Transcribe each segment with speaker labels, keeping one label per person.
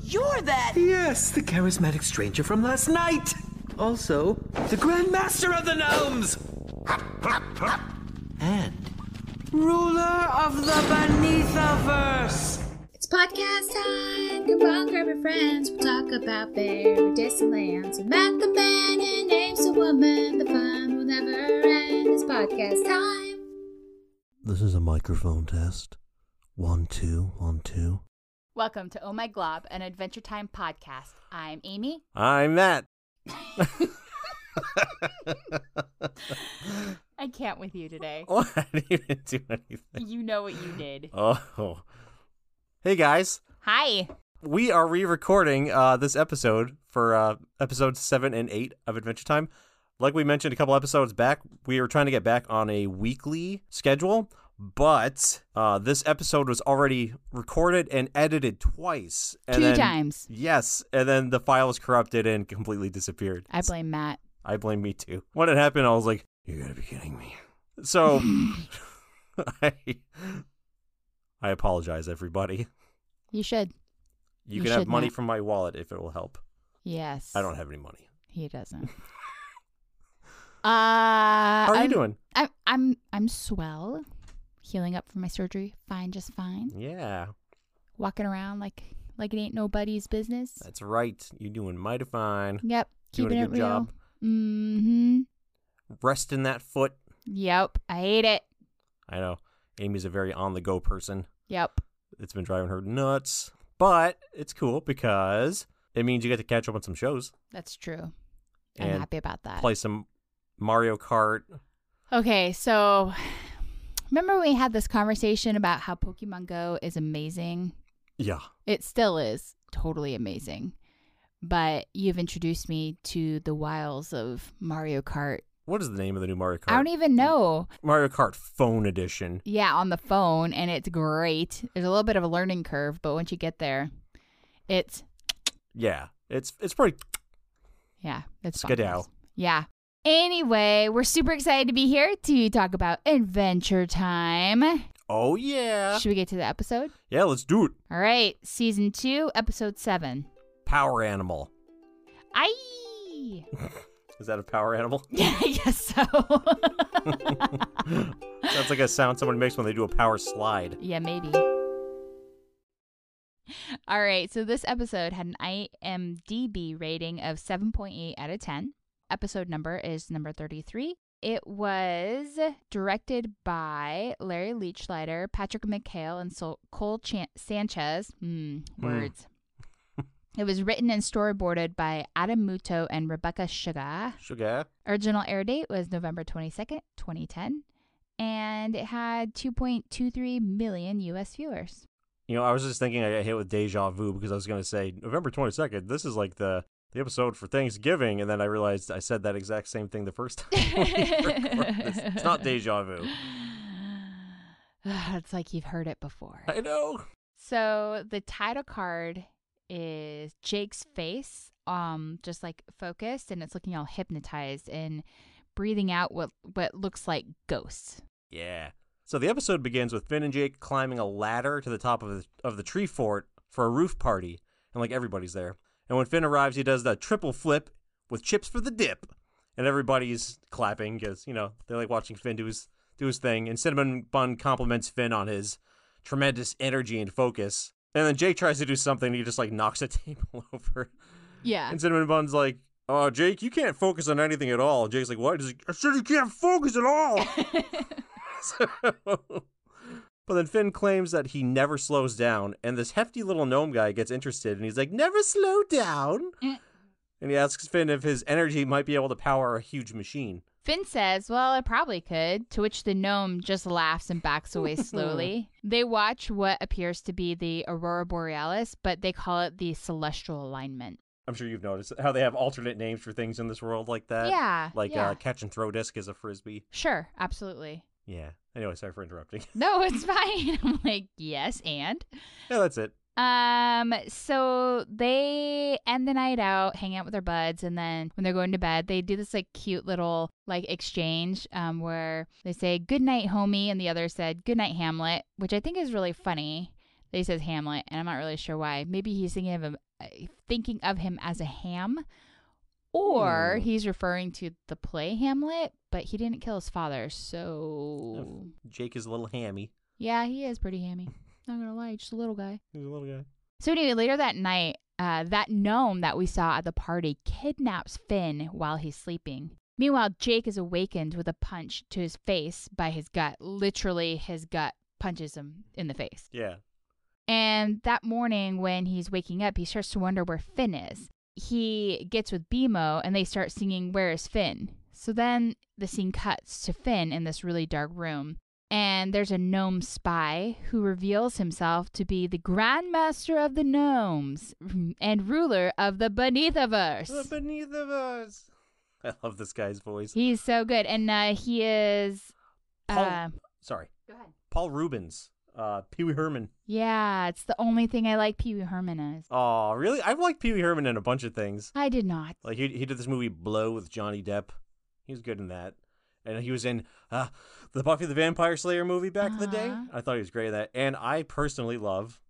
Speaker 1: You're that.
Speaker 2: Yes, the charismatic stranger from last night. Also, the Grand Master of the Gnomes. and ruler of the Beneathaverse.
Speaker 3: It's podcast time. Come on, grab your friends. We'll talk about fairy distant lands. We met the man and names the woman. The fun will never end. It's podcast time.
Speaker 4: This is a microphone test. One, two, one, two.
Speaker 5: Welcome to Oh My Glob, an Adventure Time podcast. I'm Amy.
Speaker 4: I'm Matt.
Speaker 5: I can't with you today.
Speaker 4: Oh, I didn't even do anything.
Speaker 5: You know what you did.
Speaker 4: Oh. Hey, guys.
Speaker 5: Hi.
Speaker 4: We are re recording uh, this episode for uh, episodes seven and eight of Adventure Time. Like we mentioned a couple episodes back, we were trying to get back on a weekly schedule, but uh, this episode was already recorded and edited twice. And
Speaker 5: Two
Speaker 4: then-
Speaker 5: times.
Speaker 4: Yes. And then the file was corrupted and completely disappeared.
Speaker 5: I blame Matt.
Speaker 4: I blame me too. When it happened, I was like, "You gotta be kidding me." So, I, I apologize, everybody.
Speaker 5: You should.
Speaker 4: You,
Speaker 5: You
Speaker 4: can have
Speaker 5: should
Speaker 4: money
Speaker 5: not.
Speaker 4: from my wallet if it will help.
Speaker 5: Yes.
Speaker 4: I don't have any money.
Speaker 5: He doesn't. uh, How
Speaker 4: How are you doing?
Speaker 5: I'm I'm I'm swell. Healing up from my surgery, fine, just fine.
Speaker 4: Yeah,
Speaker 5: Walking around like like it ain't nobody's business.
Speaker 4: that's right. You're doing mighty fine.
Speaker 5: Yep,
Speaker 4: Doing
Speaker 5: keeping
Speaker 4: a
Speaker 5: it
Speaker 4: good
Speaker 5: real.
Speaker 4: job.
Speaker 5: Mm-hmm.
Speaker 4: Resting that foot.
Speaker 5: Yep, I hate it.
Speaker 4: I know. Amy's a very on-the-go person.
Speaker 5: Yep.
Speaker 4: It's been driving her nuts, but it's cool because it means you get to catch up on some shows
Speaker 5: That's true. I'm
Speaker 4: and
Speaker 5: happy about that.
Speaker 4: play some Mario Kart.
Speaker 5: Okay, so remember we had this conversation about how Pokemon Go is amazing?
Speaker 4: Yeah.
Speaker 5: It still is totally amazing. But you've introduced me to the wiles of Mario Kart.
Speaker 4: What is the name of the new Mario Kart?
Speaker 5: I don't even know.
Speaker 4: Mario Kart Phone Edition.
Speaker 5: Yeah, on the phone, and it's great. There's a little bit of a learning curve, but once you get there, it's
Speaker 4: Yeah, it's it's pretty.
Speaker 5: Yeah, it's bonkers.
Speaker 4: Skedaddle.
Speaker 5: Yeah. Anyway, we're super excited to be here to talk about Adventure Time.
Speaker 4: Oh yeah,
Speaker 5: Should we get to the episode?
Speaker 4: yeah. Let's do it.
Speaker 5: All right, season two, episode seven.
Speaker 4: Power Animal.
Speaker 5: I,
Speaker 4: Is that a power animal?
Speaker 5: I guess so.
Speaker 4: That's like a sound someone makes when they do a power slide.
Speaker 5: yeah, maybe. All right, so this episode had an IMDb rating of 7.8 out of 10. Episode number is number 33. It was directed by Larry Leachlider, Patrick McHale, and Sol- Cole Chan- Sanchez. Hmm, words. it was written and storyboarded by Adam Muto and Rebecca Sugar.
Speaker 4: Sugar.
Speaker 5: Original air date was November 22nd, 2010, and it had 2.23 million US viewers.
Speaker 4: You know, I was just thinking I got hit with deja vu because I was gonna say November twenty second. This is like the the episode for Thanksgiving, and then I realized I said that exact same thing the first time. we recorded this. It's not deja vu.
Speaker 5: it's like you've heard it before.
Speaker 4: I know.
Speaker 5: So the title card is Jake's face, um, just like focused, and it's looking all hypnotized and breathing out what what looks like ghosts.
Speaker 4: Yeah. So the episode begins with Finn and Jake climbing a ladder to the top of the, of the tree fort for a roof party, and like everybody's there. And when Finn arrives, he does the triple flip with chips for the dip, and everybody's clapping because you know they like watching Finn do his do his thing. And Cinnamon Bun compliments Finn on his tremendous energy and focus. And then Jake tries to do something, and he just like knocks a table over.
Speaker 5: Yeah.
Speaker 4: And Cinnamon Bun's like, "Oh, Jake, you can't focus on anything at all." And Jake's like, "What?" He's like, "I said you can't focus at all." So- but then Finn claims that he never slows down, and this hefty little gnome guy gets interested, and he's like, "Never slow down."
Speaker 5: Mm.
Speaker 4: And he asks Finn if his energy might be able to power a huge machine.
Speaker 5: Finn says, Well, it probably could, to which the gnome just laughs and backs away slowly. they watch what appears to be the Aurora Borealis, but they call it the Celestial Alignment.
Speaker 4: I'm sure you've noticed how they have alternate names for things in this world like that.
Speaker 5: yeah.
Speaker 4: Like
Speaker 5: yeah.
Speaker 4: Uh, catch and throw disc is a frisbee.
Speaker 5: Sure, absolutely.
Speaker 4: Yeah. Anyway, sorry for interrupting.
Speaker 5: No, it's fine. I'm like, Yes, and?
Speaker 4: yeah, that's it.
Speaker 5: Um, so they end the night out, hang out with their buds, and then when they're going to bed, they do this like cute little like exchange um where they say good night, homie, and the other said good night, Hamlet, which I think is really funny. They says Hamlet, and I'm not really sure why. Maybe he's thinking of him, uh, thinking of him as a ham, or
Speaker 4: Hmm.
Speaker 5: he's referring to the play Hamlet. But he didn't kill his father, so
Speaker 4: Jake is a little hammy.
Speaker 5: yeah, he is pretty hammy. Not gonna lie, just a little guy.
Speaker 4: He's a little guy.
Speaker 5: So anyway, later that night, uh, that gnome that we saw at the party kidnaps Finn while he's sleeping. Meanwhile, Jake is awakened with a punch to his face by his gut. Literally, his gut punches him in the face.
Speaker 4: Yeah.
Speaker 5: And that morning, when he's waking up, he starts to wonder where Finn is. He gets with Bimo and they start singing, Where is Finn? So then the scene cuts to Finn in this really dark room. And there's a gnome spy who reveals himself to be the Grand Master of the Gnomes and ruler of the
Speaker 4: The
Speaker 5: Beneathiverse.
Speaker 4: beneath of us. I love this guy's voice.
Speaker 5: He's so good. And uh, he is.
Speaker 4: Paul,
Speaker 5: Uh,
Speaker 4: sorry,
Speaker 5: Go ahead.
Speaker 4: Paul Rubens, uh, Pee Wee Herman.
Speaker 5: Yeah, Ah, it's the only thing I like Pee Wee Herman as.
Speaker 4: Oh, really? I've liked Pee Wee Herman in a bunch of things.
Speaker 5: I did not.
Speaker 4: Like he he did this movie Blow with Johnny Depp. He was good in that. And he was in uh, the Buffy the Vampire Slayer movie back in the day.
Speaker 5: Uh-huh.
Speaker 4: I thought he was great at that. And I personally love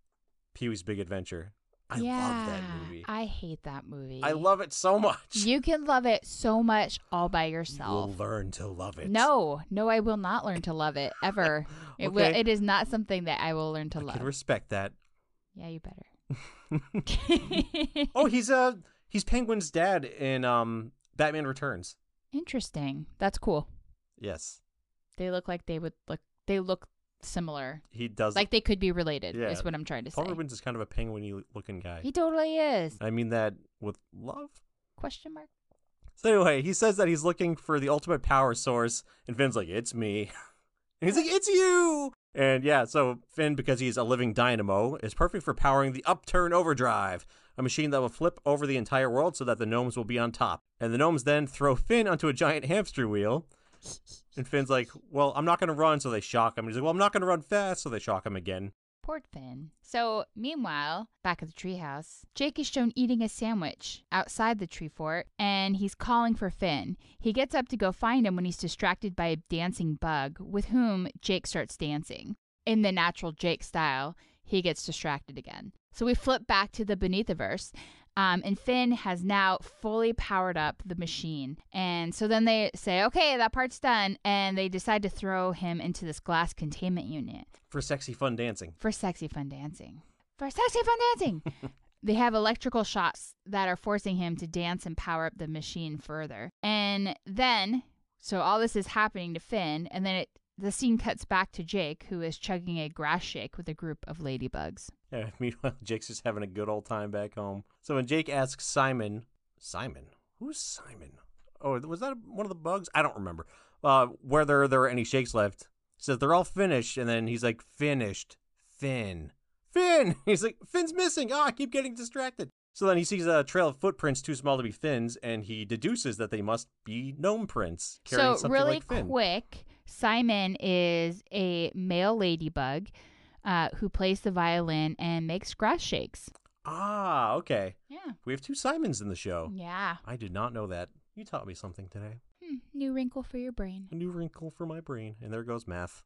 Speaker 4: Pee Wee's Big Adventure. I love that
Speaker 5: Yeah,
Speaker 4: movie.
Speaker 5: uh, I hate that movie.
Speaker 4: I love it so much.
Speaker 5: You can love it so much all by yourself.
Speaker 4: will learn to love it.
Speaker 5: No, no, I will not learn to love it ever. It will.
Speaker 4: Okay.
Speaker 5: It is not something that I will learn to
Speaker 4: I
Speaker 5: love.
Speaker 4: can respect that.
Speaker 5: yeah, you better.
Speaker 4: Oh, he's uh he's Penguin's dad in um Batman Returns.
Speaker 5: Interesting. That's cool.
Speaker 4: Yes.
Speaker 5: They look like they would look. They look similar.
Speaker 4: He does
Speaker 5: Like they could be related.
Speaker 4: Yeah.
Speaker 5: Is what I'm trying to
Speaker 4: Paul
Speaker 5: say.
Speaker 4: Rubens is kind of a penguin looking guy.
Speaker 5: He totally is.
Speaker 4: I mean that with love.
Speaker 5: Question mark.
Speaker 4: So anyway, he says that he's looking for the ultimate power source, and Finn's like, "It's me," and he's like, "It's you." And yeah, so Finn, because he's a living dynamo, is perfect for powering the Upturn Overdrive, a machine that will flip over the entire world so that the gnomes will be on top. And the gnomes then throw Finn onto a giant hamster wheel. And Finn's like, "Well, I'm not going to run," so they shock him. And he's like, "Well, I'm not going to run fast," so they shock him again.
Speaker 5: Port Finn. So, meanwhile, back at the treehouse, Jake is shown eating a sandwich outside the tree fort and he's calling for Finn. He gets up to go find him when he's distracted by a dancing bug with whom Jake starts dancing. In the natural Jake style, he gets distracted again. So we flip back to the Beneathiverse, um, and Finn has now fully powered up the machine. And so then they say, okay, that part's done, and they decide to throw him into this glass containment unit
Speaker 4: For sexy, fun dancing.
Speaker 5: for sexy fun dancing. For sexy fun dancing. they have electrical shots that are forcing him to dance and power up the machine further. And then, so all this is happening to Finn, and then it the scene cuts back to Jake, who is chugging a grass shake with a group of ladybugs.
Speaker 4: Yeah, meanwhile, Jake's just having a good old time back home. So when Jake asks Simon, Simon, who's Simon? Oh, was that one of the bugs? I don't remember. Uh, whether there are any shakes left, says they're all finished, and then he's like, finished, Finn, Finn. He's like, Finn's missing. Ah, I keep getting distracted. So then he sees a trail of footprints too small to be Finn's, and he deduces that they must be gnome prints carrying
Speaker 5: so
Speaker 4: something
Speaker 5: really
Speaker 4: like Finn.
Speaker 5: quick, Simon is a male ladybug uh, who plays the violin and makes grass shakes.
Speaker 4: Ah, okay.
Speaker 5: Yeah.
Speaker 4: We have two Simons in the show.
Speaker 5: Yeah.
Speaker 4: I did not know that. You taught me something today.
Speaker 5: Hmm, new wrinkle for your brain.
Speaker 4: a new wrinkle for my brain, and there goes math.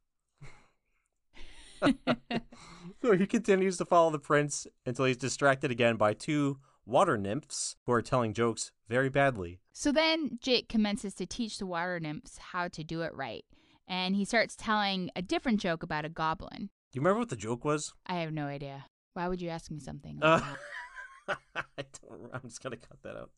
Speaker 4: so he continues to follow the prince until he's distracted again by two water nymphs who are telling jokes very badly.
Speaker 5: So then Jake commences to teach the water nymphs how to do it right. And he starts telling a different joke about a goblin.
Speaker 4: Do you remember what the joke was?
Speaker 5: I have no idea. Why would you ask me something?
Speaker 4: Uh,
Speaker 5: Like that?
Speaker 4: I don't. I'm just gonna cut that out.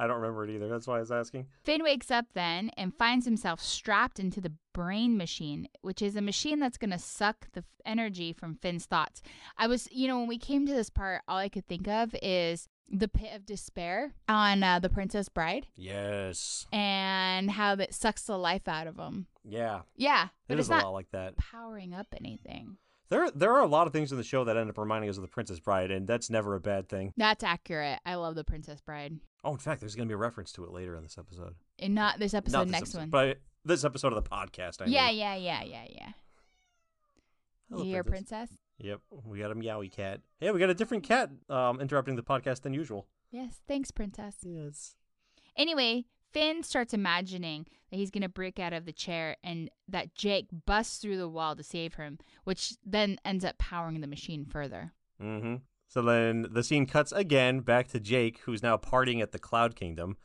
Speaker 4: I don't remember it either. That's why I was asking.
Speaker 5: Finn wakes up then and finds himself strapped into the brain machine, which is a machine that's going to suck the f- energy from Finn's thoughts. I was, you know, when we came to this part, all I could think of is the pit of despair on uh, The Princess Bride
Speaker 4: Yes.
Speaker 5: and how that sucks the life out of him.
Speaker 4: Yeah.
Speaker 5: Yeah, but
Speaker 4: it
Speaker 5: it's
Speaker 4: is a
Speaker 5: not
Speaker 4: lot like that.
Speaker 5: powering up anything.
Speaker 4: There, there are a lot of things in the show that end up reminding us of the Princess Bride, and that's never a bad thing.
Speaker 5: That's accurate. I love the Princess Bride.
Speaker 4: Oh, in fact, there's gonna be a reference to it later in this episode.
Speaker 5: And not this episode,
Speaker 4: Not this
Speaker 5: next
Speaker 4: episode,
Speaker 5: one.
Speaker 4: But this episode of the podcast, I
Speaker 5: yeah,
Speaker 4: mean.
Speaker 5: yeah, yeah, yeah, yeah.
Speaker 4: Hello,
Speaker 5: Your princess?
Speaker 4: Yep, we got a meowy cat. Yeah, we got a different cat um, interrupting the podcast than usual.
Speaker 5: Yes, thanks, princess.
Speaker 4: Yes.
Speaker 5: Anyway, Finn starts imagining that he's going to break out of the chair and that Jake busts through the wall to save him, which then ends up powering the machine further.
Speaker 4: Mm-hmm. So then the scene cuts again back to Jake, who's now partying at the Cloud Kingdom.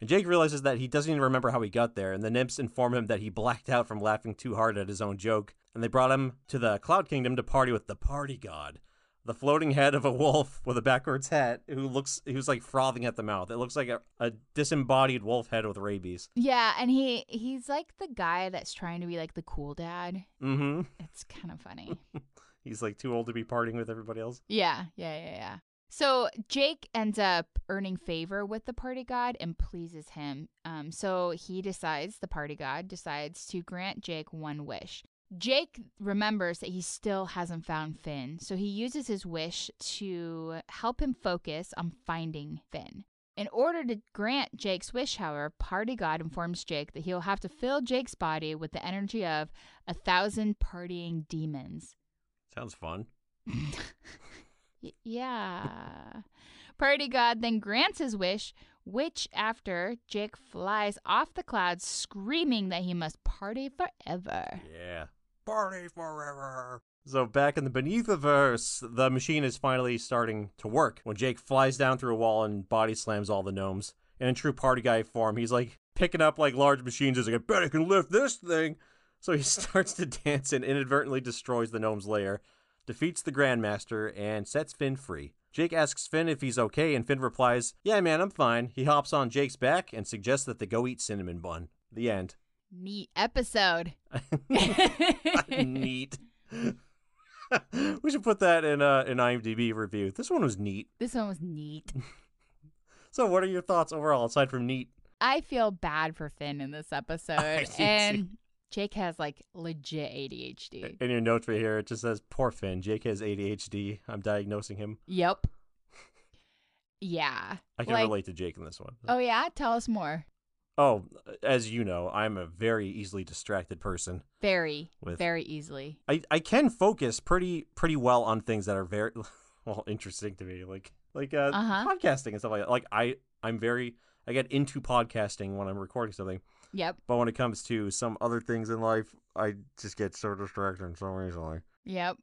Speaker 4: And Jake realizes that he doesn't even remember how he got there, and the nymphs inform him that he blacked out from laughing too hard at his own joke, and they brought him to the Cloud Kingdom to party with the party god, the floating head of a wolf with a backwards hat who looks who's like frothing at the mouth. It looks like a, a disembodied wolf head with rabies.
Speaker 5: Yeah, and he he's like the guy that's trying to be like the cool dad.
Speaker 4: Mm-hmm.
Speaker 5: It's kind of funny.
Speaker 4: He's like too old to be partying with everybody else.
Speaker 5: yeah, yeah, yeah, yeah. So Jake ends up earning favor with the party god and pleases him. Um, so he decides, the party god decides to grant Jake one wish. Jake remembers that he still hasn't found Finn, so he uses his wish to help him focus on finding Finn. In order to grant Jake's wish, however, Party God informs Jake that he'll have to fill Jake's body with the energy of a thousand partying demons.
Speaker 4: Sounds fun.
Speaker 5: Y- yeah. Party God then grants his wish, which after Jake flies off the clouds screaming that he must party forever.
Speaker 4: Yeah. Party forever. So back in the beneath the verse, the machine is finally starting to work when Jake flies down through a wall and body slams all the gnomes. And in true party guy form, he's like picking up like large machines. He's like, I bet I can lift this thing. So he starts to dance and inadvertently destroys the gnome's lair, defeats the Grandmaster, and sets Finn free. Jake asks Finn if he's okay, and Finn replies, Yeah, man, I'm fine. He hops on Jake's back and suggests that they go eat cinnamon bun. The end.
Speaker 5: Neat episode.
Speaker 4: neat. we should put that in uh, an IMDb review. This one was neat.
Speaker 5: This one was neat.
Speaker 4: So, what are your thoughts overall, aside from neat?
Speaker 5: I feel bad for Finn in this
Speaker 4: I
Speaker 5: episode.
Speaker 4: do too.
Speaker 5: And Jake has like legit ADHD.
Speaker 4: In your notes right here, it just says, "Poor Finn. Jake has ADHD. I'm diagnosing him."
Speaker 5: Yep. Yeah.
Speaker 4: I can
Speaker 5: Like-
Speaker 4: relate to Jake in this one.
Speaker 5: Oh, yeah? Tell us more.
Speaker 4: Oh, as you know, I'm a very easily distracted person.
Speaker 5: Very,
Speaker 4: With-
Speaker 5: very easily.
Speaker 4: I, I can focus pretty pretty well on things that are very well interesting to me, like like uh,
Speaker 5: Uh-huh.
Speaker 4: podcasting and stuff like that. Like I I'm very I get into podcasting when I'm recording something.
Speaker 5: Yep.
Speaker 4: But when it comes to some other things in life, I just get so distracted so easily.
Speaker 5: Yep.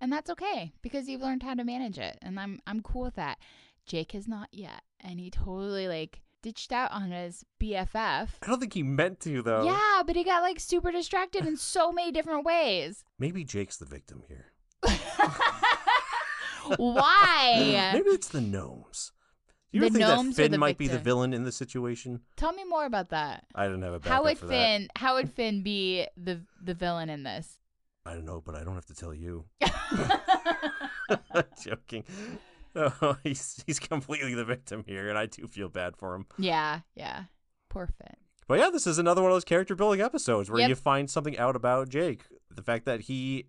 Speaker 5: And that's okay because you've learned how to manage it and I'm I'm cool with that. Jake has not yet and he totally like ditched out on his BFF.
Speaker 4: I don't think he meant to though.
Speaker 5: Yeah, but he got like super distracted in so many different ways.
Speaker 4: Maybe Jake's the victim here.
Speaker 5: Why?
Speaker 4: Maybe it's the gnomes. Do you
Speaker 5: The
Speaker 4: ever think
Speaker 5: gnomes are
Speaker 4: that Finn
Speaker 5: the
Speaker 4: might be the
Speaker 5: victim.
Speaker 4: villain in this situation?
Speaker 5: Tell me more about that.
Speaker 4: I don't have a backup
Speaker 5: How would
Speaker 4: for
Speaker 5: Finn how would Finn be the the villain in this?
Speaker 4: that. I don't know, but I don't have to tell you. Joking. No, he's he's completely the victim here, and I do feel bad for him.
Speaker 5: yeah, yeah. Poor Finn.
Speaker 4: But yeah, this is another one of those character building episodes where
Speaker 5: Yep.
Speaker 4: you find something out about Jake. The fact that he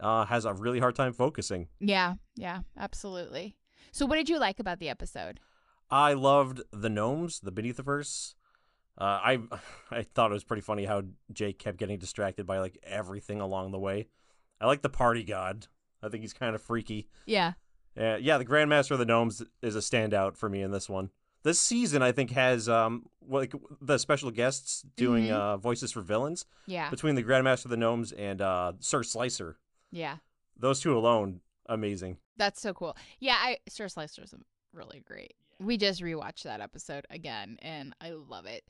Speaker 4: uh, has a really hard time focusing.
Speaker 5: Yeah, yeah, absolutely. So what did you like about the episode?
Speaker 4: I loved the gnomes, the Beneathiverse. Uh, I I thought it was pretty funny how Jake kept getting distracted by like everything along the way. I like the party god. I think he's kind of freaky.
Speaker 5: Yeah.
Speaker 4: Uh, yeah, the Grandmaster of the Gnomes is a standout for me in this one. This season, I think, has um like the special guests doing
Speaker 5: Mhm.
Speaker 4: uh, voices for villains
Speaker 5: Yeah.
Speaker 4: between the Grandmaster of the Gnomes and uh, Sir Slicer.
Speaker 5: Yeah.
Speaker 4: Those two alone, amazing.
Speaker 5: That's so cool. Yeah, I Sir Slicer's really great. We just rewatched that episode again and I love it.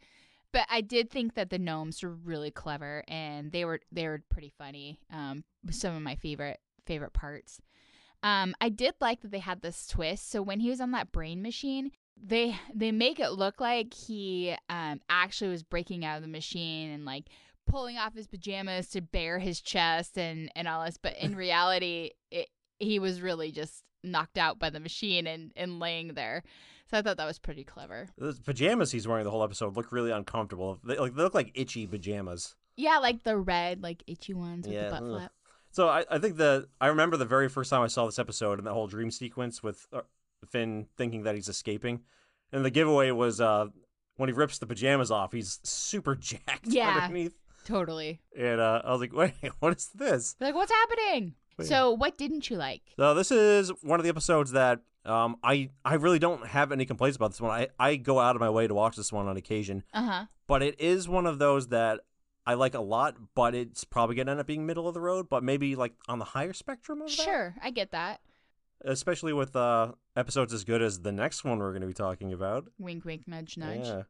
Speaker 5: But I did think that the gnomes were really clever and they were they were pretty funny. Um some of my favorite favorite parts. Um I did like that they had this twist. So when he was on that brain machine, they they make it look like he um actually was breaking out of the machine and like pulling off his pajamas to bare his chest and and all this but in reality it, he was really just knocked out by the machine and and laying there so i thought that was pretty clever
Speaker 4: The pajamas he's wearing the whole episode look really uncomfortable. They, like they look like itchy pajamas.
Speaker 5: yeah like the red like itchy ones with
Speaker 4: Yeah,
Speaker 5: the butt
Speaker 4: ugh.
Speaker 5: flap
Speaker 4: So I, I think the I remember the very first time I saw this episode and that whole dream sequence with uh, Finn thinking that he's escaping, and the giveaway was uh, when he rips the pajamas off, he's super jacked
Speaker 5: Yeah.
Speaker 4: underneath.
Speaker 5: totally
Speaker 4: And uh, I was like, wait, what is this?
Speaker 5: They're like what's happening
Speaker 4: But yeah.
Speaker 5: So, what didn't you like?
Speaker 4: So this is one of the episodes that um, I I really don't have any complaints about this one. I, I go out of my way to watch this one on occasion,
Speaker 5: Uh huh.
Speaker 4: but it is one of those that I like a lot, but it's probably gonna end up being middle of the road, but maybe like on the higher spectrum of that.
Speaker 5: Sure, I get that.
Speaker 4: Especially with uh, episodes as good as the next one we're gonna be talking about.
Speaker 5: Wink, wink, nudge, nudge.
Speaker 4: Yeah.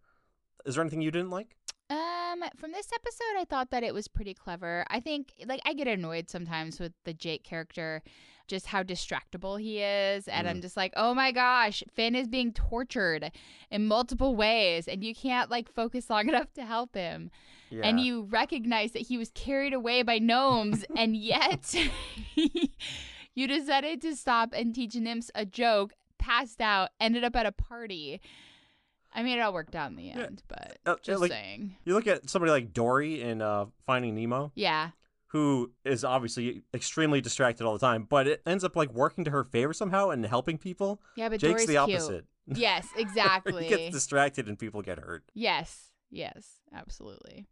Speaker 4: Is there anything you didn't like?
Speaker 5: Um, from this episode, I thought that it was pretty clever. I think, like, I get annoyed sometimes with the Jake character, just how distractible he is, and
Speaker 4: Mm.
Speaker 5: I'm just like, oh my gosh, Finn is being tortured in multiple ways, and you can't like focus long enough to help him,
Speaker 4: Yeah.
Speaker 5: and you recognize that he was carried away by gnomes, and yet you decided to stop and teach nymphs a joke, passed out, ended up at a party. I mean, it all worked out in the
Speaker 4: Yeah.
Speaker 5: end, but
Speaker 4: Uh,
Speaker 5: just
Speaker 4: like-
Speaker 5: saying.
Speaker 4: you look at somebody like Dory in uh, Finding Nemo,
Speaker 5: Yeah.
Speaker 4: who is obviously extremely distracted all the time, but it ends up like working to her favor somehow and helping people.
Speaker 5: Yeah, but
Speaker 4: Jake's
Speaker 5: Dory's
Speaker 4: the opposite.
Speaker 5: Cute. Yes,
Speaker 4: he
Speaker 5: exactly.
Speaker 4: gets distracted and people get hurt.
Speaker 5: yes, yes, absolutely.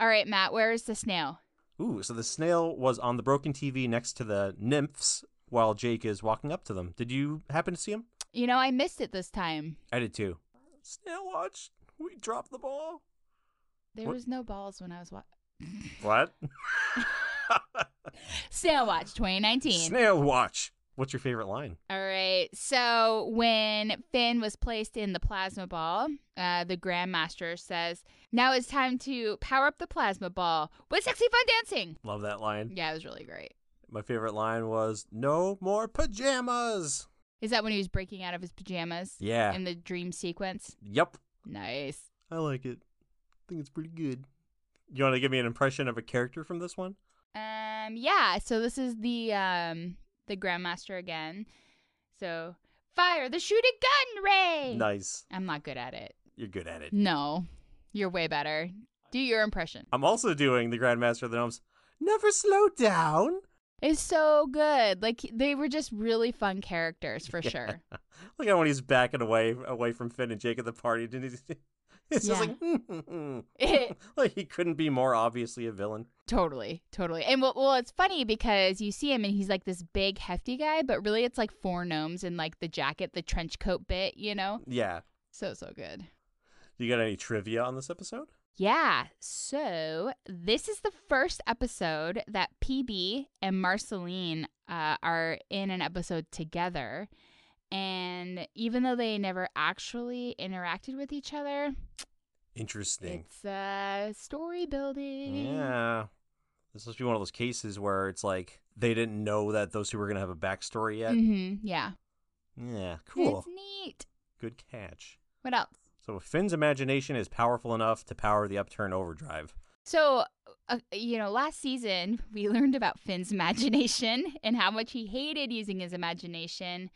Speaker 5: All right, Matt, where is the snail?
Speaker 4: Ooh, so the snail was on the broken TV next to the nymphs while Jake is walking up to them. Did you happen to see him?
Speaker 5: You know, I missed it this time.
Speaker 4: I did too. Snail watch. We dropped the ball.
Speaker 5: There
Speaker 4: What-
Speaker 5: was no balls when I was watching.
Speaker 4: What?
Speaker 5: Snail Watch 2019.
Speaker 4: snail watch. What's your favorite line?
Speaker 5: All right. So when Finn was placed in the plasma ball, uh, the Grandmaster says, "Now it's time to power up the plasma ball with sexy fun dancing."
Speaker 4: Love that line.
Speaker 5: Yeah, it was really great.
Speaker 4: My favorite line was "No more pajamas."
Speaker 5: Is that when he was breaking out of his pajamas?
Speaker 4: Yeah.
Speaker 5: In the dream sequence.
Speaker 4: Yep.
Speaker 5: Nice.
Speaker 4: I like it. I think it's pretty good. You want to give me an impression of a character from this one?
Speaker 5: Um yeah, so this is the um the grandmaster again. So fire the shooting gun ray.
Speaker 4: Nice.
Speaker 5: I'm not good at it.
Speaker 4: You're good at it.
Speaker 5: No. You're way better. Do your impression.
Speaker 4: I'm also doing the Grandmaster of the Gnomes. Never slow down.
Speaker 5: It's so good. Like they were just really fun characters for sure.
Speaker 4: Look at when he's backing away away from Finn and Jake at the party. Didn't he? It's just
Speaker 5: Yeah.
Speaker 4: like, like he couldn't be more obviously a villain.
Speaker 5: totally, totally. And well, well, it's funny because you see him and he's like this big hefty guy, but really it's like four gnomes in like the jacket, the trench coat bit, you know?
Speaker 4: Yeah.
Speaker 5: So so good.
Speaker 4: You got any trivia on this episode?
Speaker 5: Yeah. So this is the first episode that PB and Marceline uh, are in an episode together. And even though they never actually interacted with each other,
Speaker 4: Interesting.
Speaker 5: it's uh, story building.
Speaker 4: Yeah. This must be one of those cases where it's like they didn't know that those two were gonna have a backstory yet.
Speaker 5: hmm Yeah.
Speaker 4: Yeah. Cool.
Speaker 5: It's neat.
Speaker 4: Good catch.
Speaker 5: What else?
Speaker 4: So Finn's imagination is powerful enough to power the upturn overdrive.
Speaker 5: So, uh, you know, last season we learned about Finn's imagination and how much he hated using his imagination.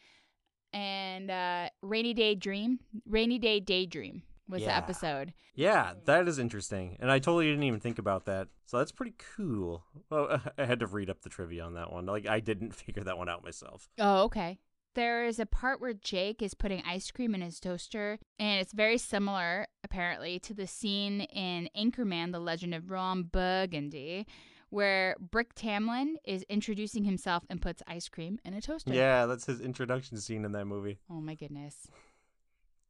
Speaker 5: And uh, rainy day dream, rainy day daydream was the
Speaker 4: Yeah.
Speaker 5: episode.
Speaker 4: Yeah, that is interesting, and I totally didn't even think about that. So that's pretty cool. Well, I had to read up the trivia on that one. Like I didn't figure that one out myself.
Speaker 5: Oh, okay. There is a part where Jake is putting ice cream in his toaster, and it's very similar, apparently, to the scene in Anchorman, The Legend of Ron Burgundy, where Brick Tamlin is introducing himself and puts ice cream in a toaster.
Speaker 4: Yeah, that's his introduction scene in that movie.
Speaker 5: Oh, my goodness.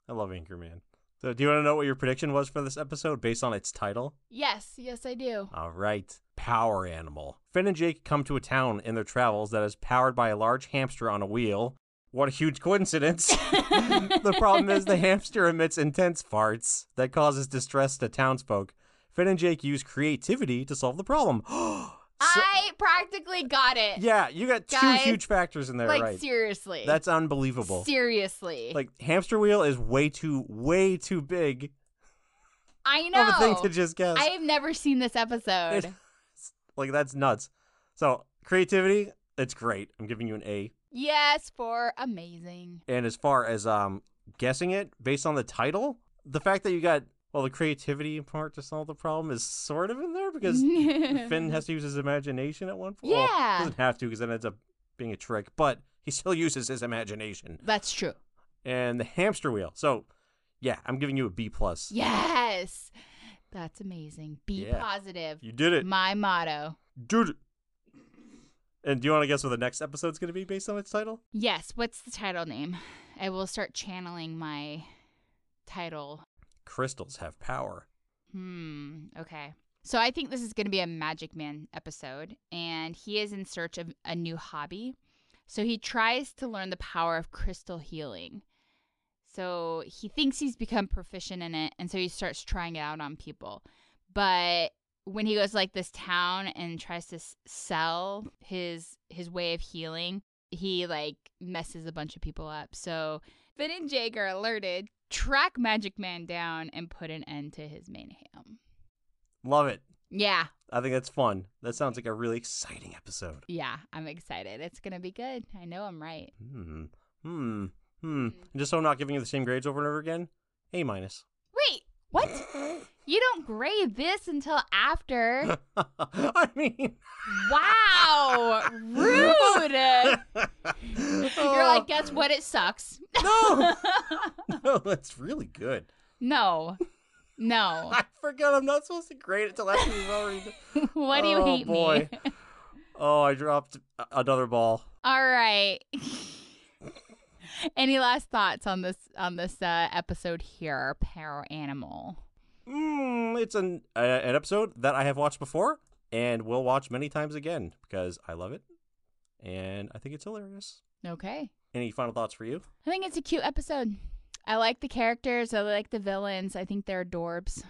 Speaker 4: I love Anchorman. So do you want to know what your prediction was for this episode based on its title?
Speaker 5: Yes, yes, I do.
Speaker 4: All right. Power animal. Finn and Jake come to a town in their travels that is powered by a large hamster on a wheel. What a huge coincidence. the problem is the hamster emits intense farts that causes distress to townsfolk. Finn and Jake use creativity to solve the problem. So-
Speaker 5: I practically got it.
Speaker 4: yeah, you got two
Speaker 5: Guys,
Speaker 4: huge factors in there,
Speaker 5: like,
Speaker 4: right?
Speaker 5: seriously.
Speaker 4: That's unbelievable.
Speaker 5: Seriously.
Speaker 4: Like hamster wheel is way too way too big
Speaker 5: I know.
Speaker 4: of a thing to just guess.
Speaker 5: I have never seen this episode.
Speaker 4: like that's nuts. So creativity, it's great. I'm giving you an A.
Speaker 5: yes, for amazing.
Speaker 4: And as far as um guessing it based on the title, the fact that you got well the creativity part to solve the problem is sort of in there because Finn has to use his imagination at one point. Well,
Speaker 5: Yeah.
Speaker 4: doesn't have to because that ends up being a trick, but he still uses his imagination
Speaker 5: That's true.
Speaker 4: and the hamster wheel. So yeah, I'm giving you a B plus.
Speaker 5: Yes. That's amazing. Be
Speaker 4: Yeah.
Speaker 5: positive.
Speaker 4: You did it.
Speaker 5: My motto.
Speaker 4: Dude. And do you want to guess what the next episode's going to be based on its title?
Speaker 5: Yes, what's the title name? I will start channeling my title.
Speaker 4: Crystals have power.
Speaker 5: Hmm, okay. So I think this is going to be a Magic Man episode, and he is in search of a new hobby. So he tries to learn the power of crystal healing. So he thinks he's become proficient in it, and so he starts trying it out on people. But when he goes to, like this town and tries to s- sell his his way of healing, he like messes a bunch of people up. So Finn and Jake are alerted, track Magic Man down, and put an end to his mayhem.
Speaker 4: Love it.
Speaker 5: Yeah,
Speaker 4: I think that's fun. That sounds like a really exciting episode.
Speaker 5: yeah, I'm excited. It's gonna be good. I know I'm right.
Speaker 4: Hmm. Hmm. Hmm. And just so I'm not giving you the same grades over and over again, A minus.
Speaker 5: Wait, what? You don't grade this until after.
Speaker 4: I mean,
Speaker 5: Wow, rude. You're like, guess what? It sucks.
Speaker 4: no, oh. no, that's really good.
Speaker 5: No, no.
Speaker 4: I forgot I'm not supposed to grade it till after you've already.
Speaker 5: What do you
Speaker 4: oh,
Speaker 5: hate
Speaker 4: boy.
Speaker 5: me?
Speaker 4: oh, I dropped a- another ball.
Speaker 5: All right. Any last thoughts on this on this uh, episode here, Power Animal?
Speaker 4: Mm, it's an uh, an episode that I have watched before and will watch many times again because I love it and I think it's hilarious.
Speaker 5: Okay.
Speaker 4: Any final thoughts for you?
Speaker 5: I think it's a cute episode. I like the characters. I like the villains. I think they're adorbs.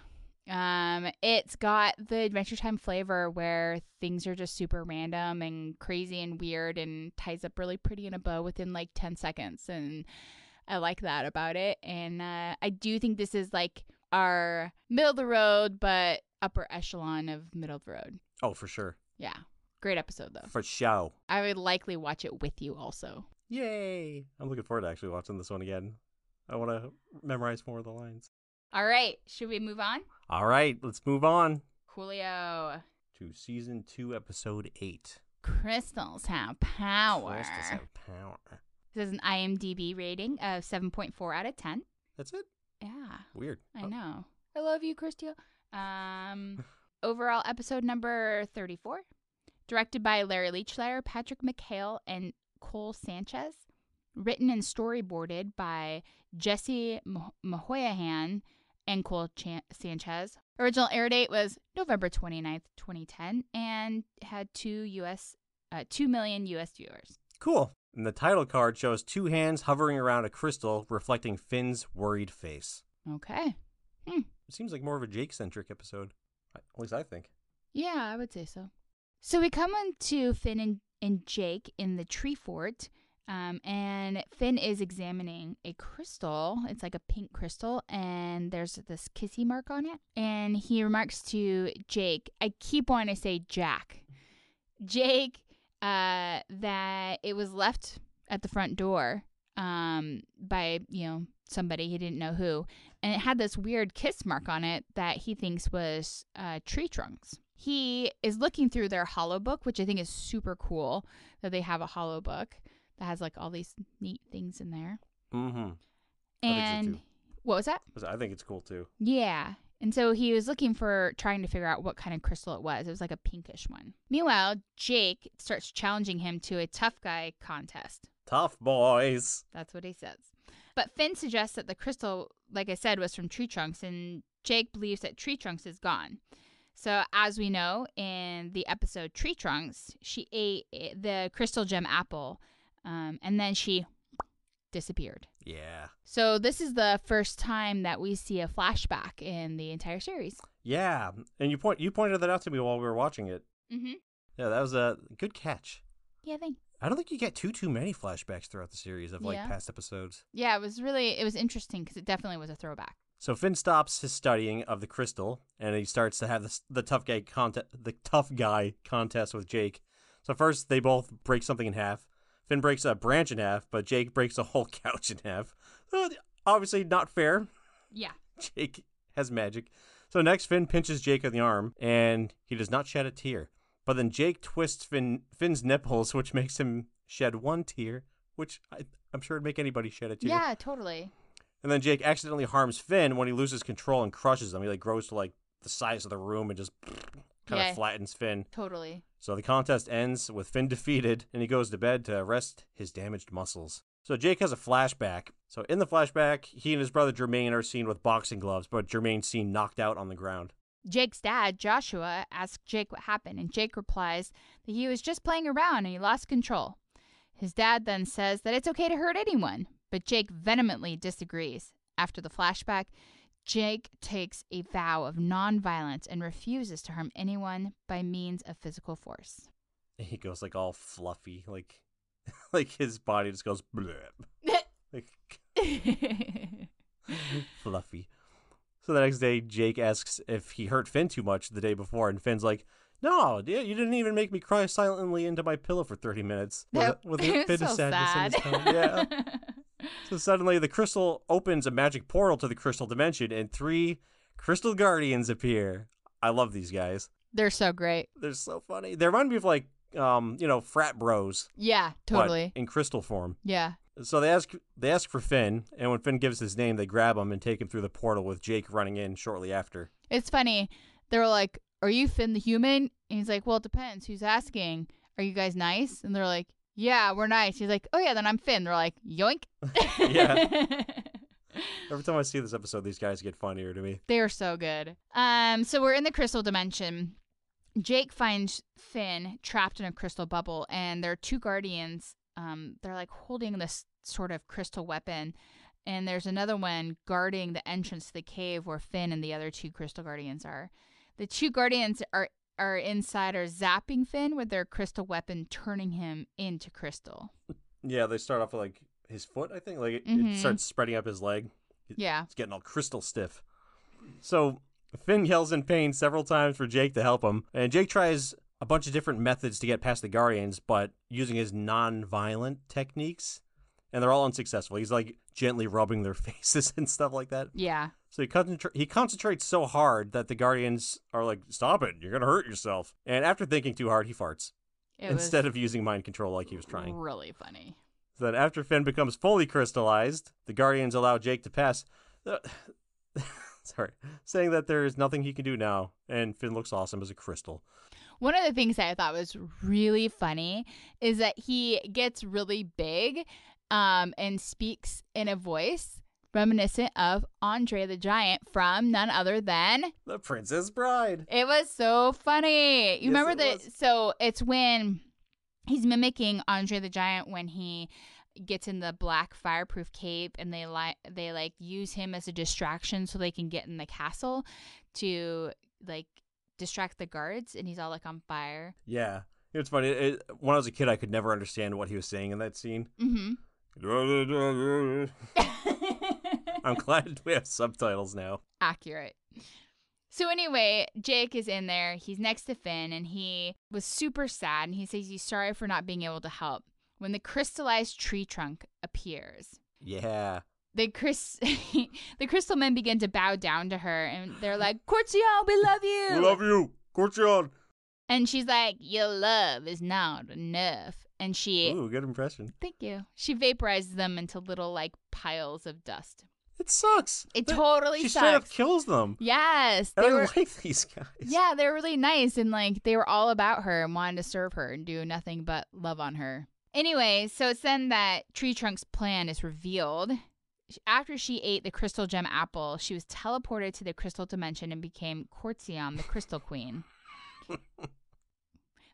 Speaker 5: Um, it's got the Adventure Time flavor where things are just super random and crazy and weird and ties up really pretty in a bow within like 10 seconds. And I like that about it. And uh, I do think this is like our middle of the road, but upper echelon of middle of the road.
Speaker 4: Oh, for sure,
Speaker 5: Yeah. Great episode, though.
Speaker 4: for show.
Speaker 5: I would likely watch it with you also.
Speaker 4: Yay! I'm looking forward to actually watching this one again. I want to memorize more of the lines.
Speaker 5: All right. Should we move on?
Speaker 4: All right, let's move on
Speaker 5: Coolio.
Speaker 4: to season two, episode eight.
Speaker 5: Crystals have power.
Speaker 4: Crystals have power.
Speaker 5: This is an IMDb rating of 7.4 out of 10.
Speaker 4: That's it.
Speaker 5: Yeah,
Speaker 4: Weird. Oh,
Speaker 5: I know. Uh, I love you, Christia. Um, overall, episode number 34, directed by Larry Leachlider, Patrick McHale, and Cole Sanchez. Written and storyboarded by Jesse Mah- Mahoyahan and Cole Chan- Sanchez. Original air date was November 29th, 2010, and had two U.S. Uh, 2 million U.S. viewers.
Speaker 4: Cool. And the title card shows two hands hovering around a crystal, reflecting Finn's worried face.
Speaker 5: Okay.
Speaker 4: It seems like more of a Jake centric episode. At least I think.
Speaker 5: Yeah, I would say so. So we come into Finn and, and Jake in the tree fort, um, and Finn is examining a crystal. It's like a pink crystal, and there's this kissy mark on it. And he remarks to Jake, I keep wanting to say Jack. Jake, uh, that it was left at the front door um, by, you know, somebody. He didn't know who and it had this weird kiss mark on it that he thinks was uh, tree trunks. He is looking through their hollow book, which I think is super cool that they have a hollow book that has like all these neat things in there.
Speaker 4: Mm hmm. I think so,
Speaker 5: And
Speaker 4: too.
Speaker 5: what was that?
Speaker 4: I think it's cool too.
Speaker 5: Yeah. And so he was looking for trying to figure out what kind of crystal it was. It was like a pinkish one. Meanwhile, Jake starts challenging him to a tough guy contest.
Speaker 4: Tough boys.
Speaker 5: That's what he says. But Finn suggests that the crystal, like I said, was from tree trunks, and Jake believes that tree trunks is gone. So, as we know in the episode Tree Trunks, she ate i- the crystal gem apple um, and then she disappeared.
Speaker 4: Yeah.
Speaker 5: So, this is the first time that we see a flashback in the entire series.
Speaker 4: Yeah. And you point you pointed that out to me while we were watching it.
Speaker 5: Mm-hmm.
Speaker 4: Yeah, that was a good catch.
Speaker 5: Yeah, thanks.
Speaker 4: I don't think you get too too many flashbacks throughout the series of like
Speaker 5: Yeah.
Speaker 4: past episodes.
Speaker 5: Yeah, it was really, it was interesting because it definitely was a throwback.
Speaker 4: So Finn stops his studying of the crystal, and he starts to have the, the tough guy contest, the tough guy contest with Jake. So first, they both break something in half. Finn breaks a branch in half, but Jake breaks a whole couch in half. Uh, Obviously, not fair.
Speaker 5: Yeah.
Speaker 4: Jake has magic. So next, Finn pinches Jake on the arm, and he does not shed a tear. But then Jake twists Finn, Finn's nipples, which makes him shed one tear, which I, I'm sure would make anybody shed a tear.
Speaker 5: Yeah, totally.
Speaker 4: And then Jake accidentally harms Finn when he loses control and crushes him. He like grows to like the size of the room and just kind of
Speaker 5: Yeah.
Speaker 4: flattens Finn.
Speaker 5: Totally.
Speaker 4: So the contest ends with Finn defeated, and he goes to bed to rest his damaged muscles. So Jake has a flashback. So in the flashback, he and his brother Jermaine are seen with boxing gloves, but Jermaine's seen knocked out on the ground.
Speaker 5: Jake's dad, Joshua, asks Jake what happened, and Jake replies that he was just playing around and he lost control. His dad then says that it's okay to hurt anyone, but Jake vehemently disagrees. After the flashback, Jake takes a vow of nonviolence and refuses to harm anyone by means of physical force.
Speaker 4: And he goes like all fluffy, like like his body just goes bleh, like fluffy. So the next day, Jake asks if he hurt Finn too much the day before, and Finn's like, "No, d- you didn't even make me cry silently into my pillow for thirty minutes."
Speaker 5: That-
Speaker 4: a
Speaker 5: it's
Speaker 4: bit of
Speaker 5: so
Speaker 4: sadness in his tone. Yeah. So suddenly, the crystal opens a magic portal to the crystal dimension, and three crystal guardians appear. I love these guys.
Speaker 5: They're so great.
Speaker 4: They're so funny. They remind me of like, um, you know, frat bros,
Speaker 5: Yeah,
Speaker 4: but
Speaker 5: totally.
Speaker 4: in crystal form.
Speaker 5: yeah.
Speaker 4: So they ask they ask for Finn, and when Finn gives his name, they grab him and take him through the portal with Jake running in shortly after.
Speaker 5: It's funny. They were like, Are you Finn the human? And he's like, Well, it depends. Who's asking? Are you guys nice? And they're like, Yeah, we're nice. He's like, Oh, yeah, then I'm Finn. They're like, Yoink.
Speaker 4: Yeah. Every time I see this episode, these guys get funnier to me.
Speaker 5: They're so good. Um, so we're in the crystal dimension. Jake finds Finn trapped in a crystal bubble, and there are two guardians. Um, they're like holding this sort of crystal weapon, and there's another one guarding the entrance to the cave where Finn and the other two crystal guardians are. The two guardians are are inside are zapping Finn with their crystal weapon, turning him into crystal.
Speaker 4: Yeah, they start off with like his foot, I think. Like it,
Speaker 5: Mhm.
Speaker 4: it starts spreading up his leg.
Speaker 5: Yeah.
Speaker 4: It's getting all crystal stiff. So Finn yells in pain several times for Jake to help him, and Jake tries a bunch of different methods to get past the Guardians, but using his non-violent techniques, and they're all unsuccessful. He's like gently rubbing their faces and stuff like that.
Speaker 5: Yeah.
Speaker 4: So he, concentra- he concentrates so hard that the Guardians are like, "Stop it! You're gonna hurt yourself." And after thinking too hard, he farts
Speaker 5: It
Speaker 4: instead
Speaker 5: was
Speaker 4: of using mind control like he was trying.
Speaker 5: really funny.
Speaker 4: So then, after Finn becomes fully crystallized, the Guardians allow Jake to pass. Uh, Sorry, saying that there is nothing he can do now, and Finn looks awesome as a crystal.
Speaker 5: One of the things that I thought was really funny is that he gets really big um, and speaks in a voice reminiscent of Andre the Giant from none other than.
Speaker 4: The Princess Bride.
Speaker 5: It was so funny. You
Speaker 4: Yes,
Speaker 5: remember
Speaker 4: it
Speaker 5: that?
Speaker 4: was.
Speaker 5: So it's when he's mimicking Andre the Giant when he gets in the black fireproof cape and they li- they like use him as a distraction so they can get in the castle to like distract the guards and he's all like on fire.
Speaker 4: Yeah, it's funny. It, when I was a kid, I could never understand what he was saying in that scene.
Speaker 5: Mm-hmm.
Speaker 4: I'm glad we have subtitles now.
Speaker 5: Accurate. So anyway, Jake is in there. He's next to Finn, and he was super sad. And he says he's sorry for not being able to help. When the crystallized tree trunk appears,
Speaker 4: Yeah,
Speaker 5: the Chris, the crystal men begin to bow down to her, and they're like, "Cortio, we love you."
Speaker 4: you, Cortion.
Speaker 5: And she's like, "Your love is not enough." And she,
Speaker 4: Ooh, good impression.
Speaker 5: thank you. She vaporizes them into little like piles of dust.
Speaker 4: It sucks.
Speaker 5: It
Speaker 4: That-
Speaker 5: totally
Speaker 4: she
Speaker 5: sucks.
Speaker 4: straight up kills them.
Speaker 5: Yes,
Speaker 4: I
Speaker 5: they
Speaker 4: don't
Speaker 5: were.
Speaker 4: like these guys.
Speaker 5: Yeah, they were really nice and like they were all about her and wanted to serve her and do nothing but love on her. Anyway, so it's then that Tree Trunk's plan is revealed. After she ate the crystal gem apple, she was teleported to the crystal dimension and became Cortzion, the crystal queen.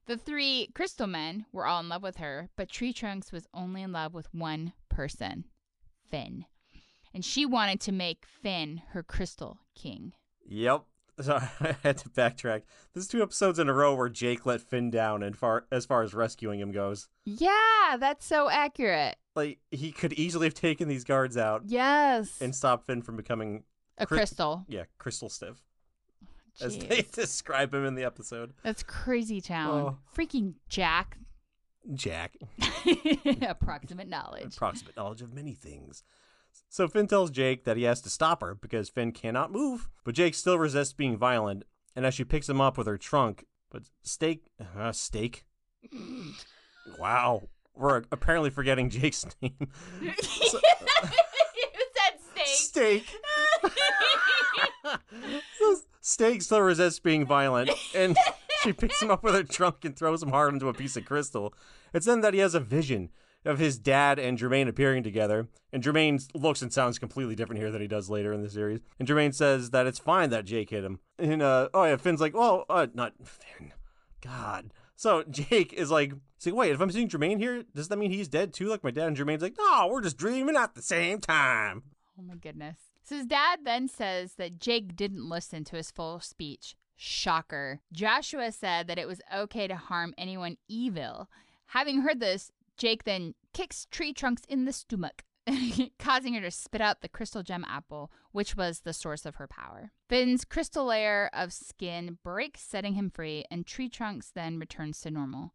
Speaker 5: the three crystal men were all in love with her, but Tree Trunks was only in love with one person, Finn. And she wanted to make Finn her crystal king.
Speaker 4: Yep. So I had to backtrack. There's two episodes in a row where Jake let Finn down, and far as far as rescuing him goes,
Speaker 5: Yeah, that's so accurate.
Speaker 4: like he could easily have taken these guards out
Speaker 5: Yes.
Speaker 4: and stopped Finn from becoming,
Speaker 5: a
Speaker 4: Chris-
Speaker 5: crystal.
Speaker 4: yeah, crystal stiff, as
Speaker 5: Jeez.
Speaker 4: they describe him in the episode.
Speaker 5: That's crazy town.
Speaker 4: Oh.
Speaker 5: Freaking Jack.
Speaker 4: Jack,
Speaker 5: Approximate knowledge.
Speaker 4: approximate knowledge of many things. So Finn tells Jake that he has to stop her because Finn cannot move, but Jake still resists being violent, and as she picks him up with her trunk, but stake, uh, stake. Wow, we're apparently forgetting Jake's name.
Speaker 5: you said snake.
Speaker 4: Steak. Steak still resists being violent, and she picks him up with her trunk and throws him hard into a piece of crystal. It's then that he has a vision of his dad and Jermaine appearing together. And Jermaine looks and sounds completely different here than he does later in the series. And Jermaine says that it's fine that Jake hit him. And uh, oh yeah, Finn's like, oh, uh, not Finn. God. So Jake is like, he's like, wait, if I'm seeing Jermaine here, does that mean he's dead too? Like my dad and Jermaine's like, no, we're just dreaming at the same time.
Speaker 5: Oh my goodness. So his dad then says that Jake didn't listen to his full speech. Shocker. Joshua said that it was okay to harm anyone evil. Having heard this, Jake then kicks tree trunks in the stomach, causing her to spit out the crystal gem apple, which was the source of her power. Finn's crystal layer of skin breaks, setting him free, and tree trunks then returns to normal.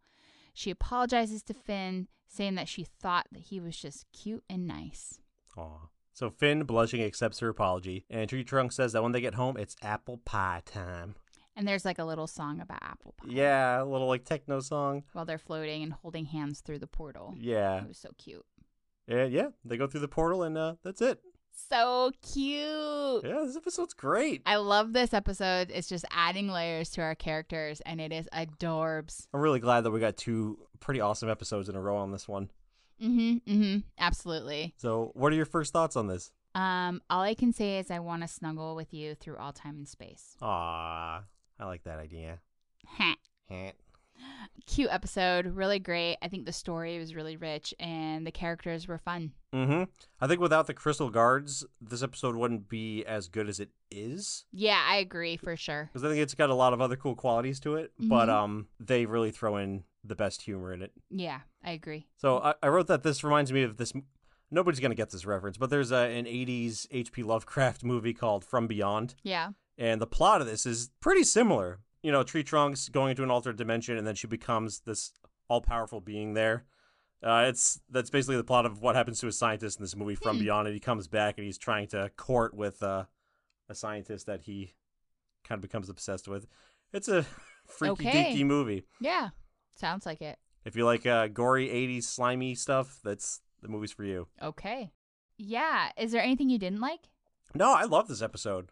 Speaker 5: She apologizes to Finn, saying that she thought that he was just cute and nice.
Speaker 4: Aw. So Finn, blushing, accepts her apology, and Tree Trunk says that when they get home, it's apple pie time.
Speaker 5: And there's like a little song about apple pie.
Speaker 4: Yeah, a little like techno song.
Speaker 5: While they're floating and holding hands through the
Speaker 4: Oh.
Speaker 5: portal.
Speaker 4: Yeah,
Speaker 5: It was so cute.
Speaker 4: and yeah, they go through the portal, and uh, that's it.
Speaker 5: So cute.
Speaker 4: Yeah, this episode's great.
Speaker 5: I love this episode. It's just adding layers to our characters and it is adorbs.
Speaker 4: I'm really glad that we got two pretty awesome episodes in a row on this one.
Speaker 5: Mhm. Mhm. Absolutely.
Speaker 4: So, what are your first thoughts on this?
Speaker 5: Um all I can say is I want to snuggle with you through all time and space.
Speaker 4: Aw, I like that idea.
Speaker 5: Heh.
Speaker 4: Heh.
Speaker 5: cute episode, really great. I think the story was really rich and the characters were fun.
Speaker 4: Mm-hmm. I think without the crystal guards, this episode wouldn't be as good as it is.
Speaker 5: Yeah, I agree for sure.
Speaker 4: because I think it's got a lot of other cool qualities to it, but
Speaker 5: Mhm.
Speaker 4: um, they really throw in the best humor in it.
Speaker 5: Yeah, I agree.
Speaker 4: So I, I wrote that this reminds me of this. m- Nobody's gonna get this reference, but there's a, an '80s H.P. Lovecraft movie called From Beyond,
Speaker 5: Yeah.
Speaker 4: and the plot of this is pretty similar. You know, Tree Trunks going into an altered dimension, and then she becomes this all-powerful being there. Uh, it's that's basically the plot of what happens to a scientist in this movie From
Speaker 5: Hmm.
Speaker 4: Beyond, and he comes back and he's trying to court with uh, a scientist that he kind of becomes obsessed with. It's a freaky
Speaker 5: Okay.
Speaker 4: deaky movie.
Speaker 5: Yeah. Sounds like it.
Speaker 4: If you like uh, gory '80s slimy stuff, that's the movie's for you.
Speaker 5: Okay. Yeah. Is there anything you didn't like?
Speaker 4: No, I love this episode.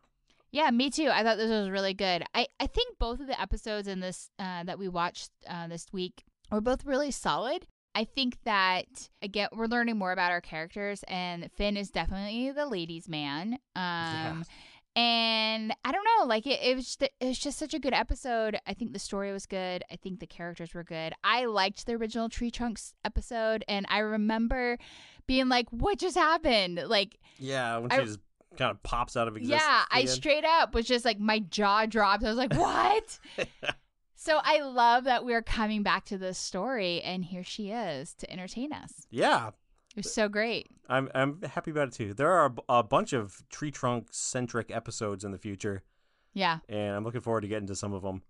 Speaker 5: Yeah, me too. I thought this was really good. I, I think both of the episodes in this uh, that we watched uh, this week were both really solid. I think that again we're learning more about our characters, and Finn is definitely the ladies' man. Um,
Speaker 4: Yeah.
Speaker 5: And I don't know, like it, it was just, it was just such a good episode. I think the story was good. I think the characters were good. I liked the original Tree Trunks episode, and I remember being like, "What just happened?" Like
Speaker 4: Yeah, when
Speaker 5: I-
Speaker 4: she just kind of pops out of existence.
Speaker 5: yeah,
Speaker 4: at the
Speaker 5: I
Speaker 4: end.
Speaker 5: straight up was just like my jaw dropped. I was like, "What?" so I love that we're coming back to this story, and here she is to entertain us.
Speaker 4: yeah,
Speaker 5: It was so great.
Speaker 4: I'm I'm happy about it too. There are a b- a bunch of tree trunk centric episodes in the future,
Speaker 5: Yeah,
Speaker 4: and I'm looking forward to getting to some of them.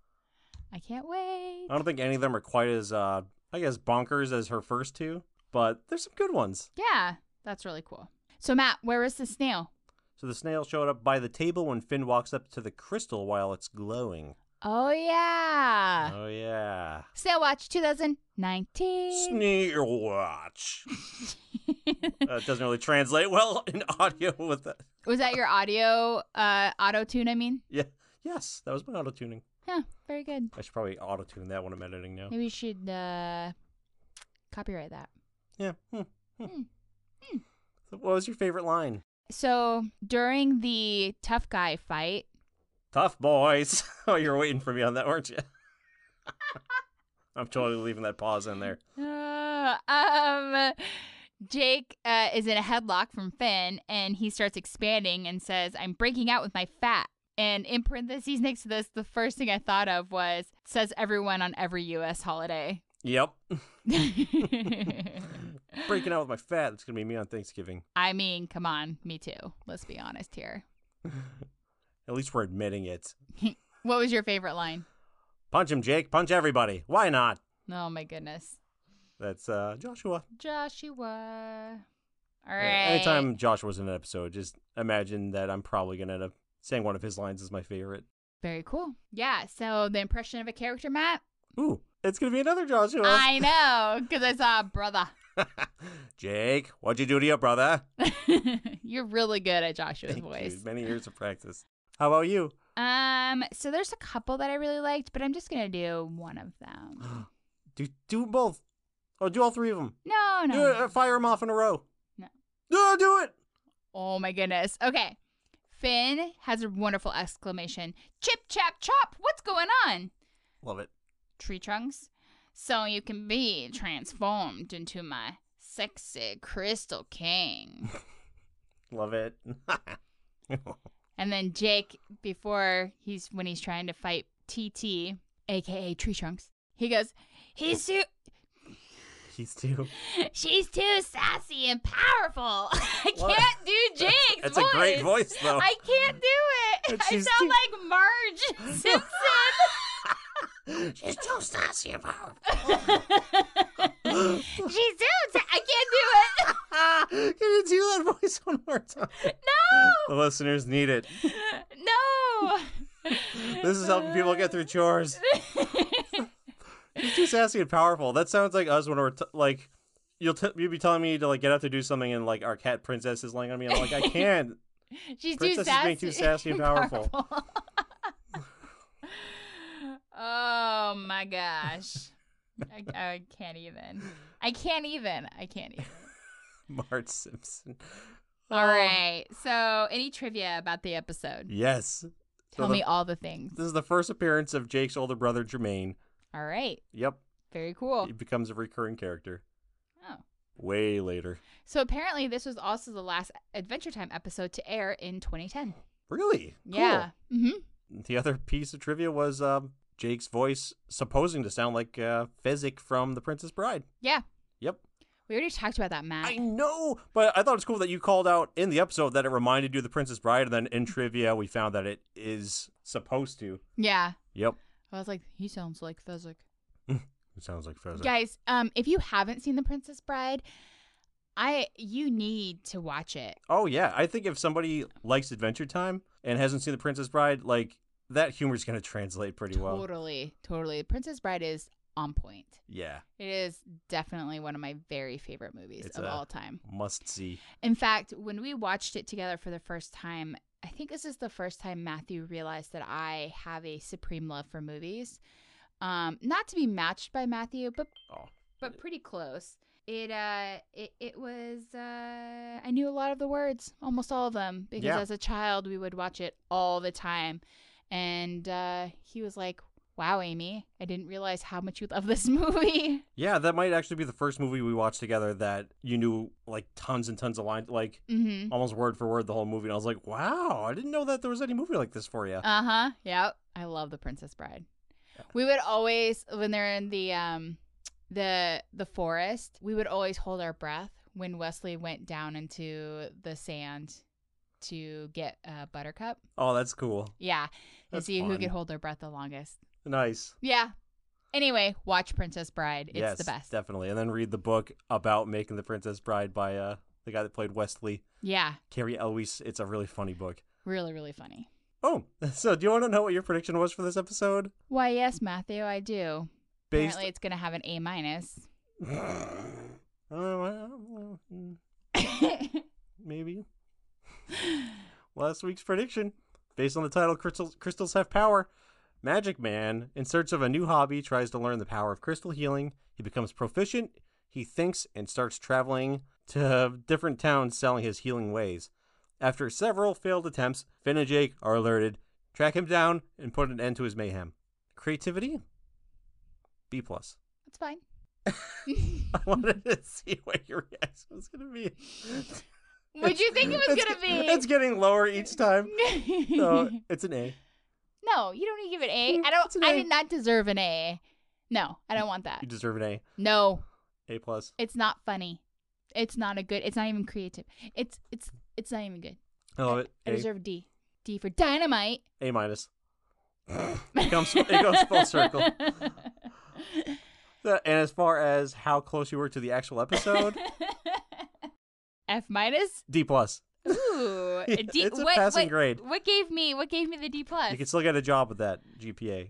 Speaker 5: I can't wait.
Speaker 4: I don't think any of them are quite as uh I guess bonkers as her first two, but there's some good ones.
Speaker 5: Yeah, that's really cool. So Matt, where is the snail?
Speaker 4: So the snail showed up by the table when Finn walks up to the crystal while it's glowing.
Speaker 5: Oh yeah,
Speaker 4: oh yeah.
Speaker 5: Snail Watch 2019.
Speaker 4: Snail watch. Uh, it doesn't really translate well in audio with that.
Speaker 5: was that your audio uh, auto tune? I mean,
Speaker 4: Yeah. Yes, that was my auto tuning.
Speaker 5: yeah, very good.
Speaker 4: I should probably auto tune that when I'm editing now.
Speaker 5: Maybe you should uh, copyright that.
Speaker 4: Yeah. Hmm. Hmm. So What was your favorite line?
Speaker 5: So during the tough guy fight,
Speaker 4: Tough boys. oh, you were waiting for me on that, weren't you? I'm totally leaving that pause in there.
Speaker 5: uh, um, Jake uh, is in a headlock from Finn, and he starts expanding and says, "I'm breaking out with my fat." And in parentheses next to this, the first thing I thought of was says everyone on every U.S. holiday.
Speaker 4: Yep. Breaking out with my fat. It's going to be me on Thanksgiving.
Speaker 5: I mean, come on, me too. Let's be honest here.
Speaker 4: At least we're admitting it.
Speaker 5: What was your favorite line?
Speaker 4: Punch him, Jake. Punch everybody. Why not?
Speaker 5: Oh my goodness,
Speaker 4: That's uh, Joshua.
Speaker 5: Joshua. All
Speaker 4: Uh,
Speaker 5: right.
Speaker 4: Anytime Joshua's in an episode, just imagine that I'm probably going to end up saying one of his lines is my favorite.
Speaker 5: Very cool. Yeah. So the impression of a character, Matt.
Speaker 4: Ooh, it's going to be another Joshua.
Speaker 5: I know, because I saw a brother.
Speaker 4: Jake, what'd you do to your brother?
Speaker 5: You're really good at Joshua's
Speaker 4: Thank you.
Speaker 5: voice.
Speaker 4: Many years of practice. How about you?
Speaker 5: Um, so there's a couple that I really liked, but I'm just gonna do one of them.
Speaker 4: Do do both, or do all three of them.
Speaker 5: No, Oh, no.
Speaker 4: Do it, uh, fire them off in a row.
Speaker 5: No.
Speaker 4: No, do it.
Speaker 5: Oh my goodness. Okay. Finn has a wonderful exclamation. Chip chap chop, what's going on?
Speaker 4: Love it.
Speaker 5: Tree trunks. So you can be transformed into my sexy crystal king.
Speaker 4: Love it.
Speaker 5: and then Jake, before he's when he's trying to fight TT, aka Tree Trunks, he goes, He's too
Speaker 4: He's too.
Speaker 5: she's too sassy and powerful. I
Speaker 4: Well,
Speaker 5: can't do Jake's
Speaker 4: That's
Speaker 5: voice.
Speaker 4: a great voice, though.
Speaker 5: I can't do it.
Speaker 4: And
Speaker 5: I sound
Speaker 4: she's too-
Speaker 5: like Marge Simpson.
Speaker 4: She's too sassy about.
Speaker 5: She's too. I can't do it.
Speaker 4: Can you do that voice one more time?
Speaker 5: No,
Speaker 4: The listeners need it.
Speaker 5: no.
Speaker 4: This is helping people get through chores. She's too sassy and powerful. That sounds like us when we're t- like, you'll t- you'll be telling me to like get up to do something, and like our cat princess is laying on me. and I'm like, I can't.
Speaker 5: She's too
Speaker 4: Princess
Speaker 5: sassy.
Speaker 4: is being too sassy and powerful.
Speaker 5: oh my gosh. I, I can't even. I can't even. I can't even.
Speaker 4: Marge Simpson. Um,
Speaker 5: All right. So, any trivia about the episode?
Speaker 4: Yes. So
Speaker 5: Tell
Speaker 4: the-
Speaker 5: me all the things.
Speaker 4: This is the first appearance of Jake's older brother Jermaine.
Speaker 5: All right.
Speaker 4: Yep.
Speaker 5: Very cool.
Speaker 4: He becomes a recurring character
Speaker 5: Oh.
Speaker 4: way later.
Speaker 5: So apparently, this was also the last Adventure Time episode to air in 2010.
Speaker 4: Really? Cool.
Speaker 5: Yeah. Mm-hmm.
Speaker 4: The other piece of trivia was um, Jake's voice supposing to sound like uh, Fezzik from The Princess Bride.
Speaker 5: Yeah.
Speaker 4: Yep.
Speaker 5: We already talked about that, Matt.
Speaker 4: I know, but I thought it's cool that you called out in the episode that it reminded you of The Princess Bride, and then in trivia we found that it is supposed to.
Speaker 5: yeah.
Speaker 4: Yep.
Speaker 5: I was like, he sounds like Fezzik.
Speaker 4: It sounds like Fezzik.
Speaker 5: Guys, um, if you haven't seen The Princess Bride, I you need to watch it.
Speaker 4: Oh yeah, I think if somebody likes Adventure Time and hasn't seen The Princess Bride, like that humor's gonna translate pretty well.
Speaker 5: Totally, totally. Princess Bride is on point.
Speaker 4: Yeah,
Speaker 5: It is definitely one of my very favorite movies
Speaker 4: It's
Speaker 5: of
Speaker 4: a-
Speaker 5: all time.
Speaker 4: must see.
Speaker 5: In fact, when we watched it together for the first time, I think this is the first time Matthew realized that I have a supreme love for movies. Um, not to be matched by Matthew, but
Speaker 4: Oh.
Speaker 5: but pretty close. It uh it, it was uh I knew a lot of the words, almost all of them, because
Speaker 4: Yeah.
Speaker 5: as a child we would watch it all the time. And uh he was like, Wow, Amy, I didn't realize how much you love this movie.
Speaker 4: Yeah, that might actually be the first movie we watched together that you knew like tons and tons of lines, like
Speaker 5: Mm-hmm.
Speaker 4: almost word for word the whole movie. And I was like, wow, I didn't know that there was any movie like this for you.
Speaker 5: Uh huh. Yep. I love the Princess Bride. We would always, when they're in the um, the the forest, we would always hold our breath when Wesley went down into the sand to get uh, Buttercup.
Speaker 4: oh, that's cool.
Speaker 5: Yeah, to
Speaker 4: That's
Speaker 5: see who
Speaker 4: fun.
Speaker 5: could hold their breath the longest.
Speaker 4: Nice.
Speaker 5: Yeah. Anyway, watch Princess Bride. It's
Speaker 4: yes,
Speaker 5: the best.
Speaker 4: definitely. And then read the book about making the Princess Bride by uh, the guy that played Wesley,
Speaker 5: yeah,
Speaker 4: Carrie Elwes. It's a really funny book.
Speaker 5: really, really funny.
Speaker 4: Oh, so do you want to know what your prediction was for this episode?
Speaker 5: Why, yes, Matthew, I do.
Speaker 4: Based.
Speaker 5: Apparently, it's gonna have an A minus.
Speaker 4: Oh, well, maybe. Last week's prediction, based on the title Crystals, Crystals Have Power, Magic Man, in search of a new hobby, tries to learn the power of crystal healing. He becomes proficient, he thinks, and starts traveling to different towns selling his healing ways. After several failed attempts, Finn and Jake are alerted, track him down, and put an end to his mayhem. Creativity? B. plus.
Speaker 5: That's fine.
Speaker 4: I wanted to see what your reaction was going to be.
Speaker 5: What'd you think it was
Speaker 4: It's
Speaker 5: gonna
Speaker 4: ge-
Speaker 5: be?
Speaker 4: It's getting lower each time. So it's an A.
Speaker 5: no, you don't need to give it an
Speaker 4: Mm,
Speaker 5: A. I
Speaker 4: it's an
Speaker 5: don't. I
Speaker 4: A.
Speaker 5: did not deserve an A. No, I don't want that.
Speaker 4: You deserve an A.
Speaker 5: No,
Speaker 4: A plus.
Speaker 5: it's not funny. It's not a good. It's not even creative. It's it's it's not even good.
Speaker 4: I love it.
Speaker 5: I
Speaker 4: A,
Speaker 5: deserve a D. D for dynamite.
Speaker 4: a minus. it comes it goes full circle. Uh, And as far as how close you were to the actual episode,
Speaker 5: F minus.
Speaker 4: D plus.
Speaker 5: Ooh, a D.
Speaker 4: It's a
Speaker 5: what,
Speaker 4: passing
Speaker 5: what-
Speaker 4: grade.
Speaker 5: What gave me? What gave me the D plus?
Speaker 4: You can still get a job with that GPA,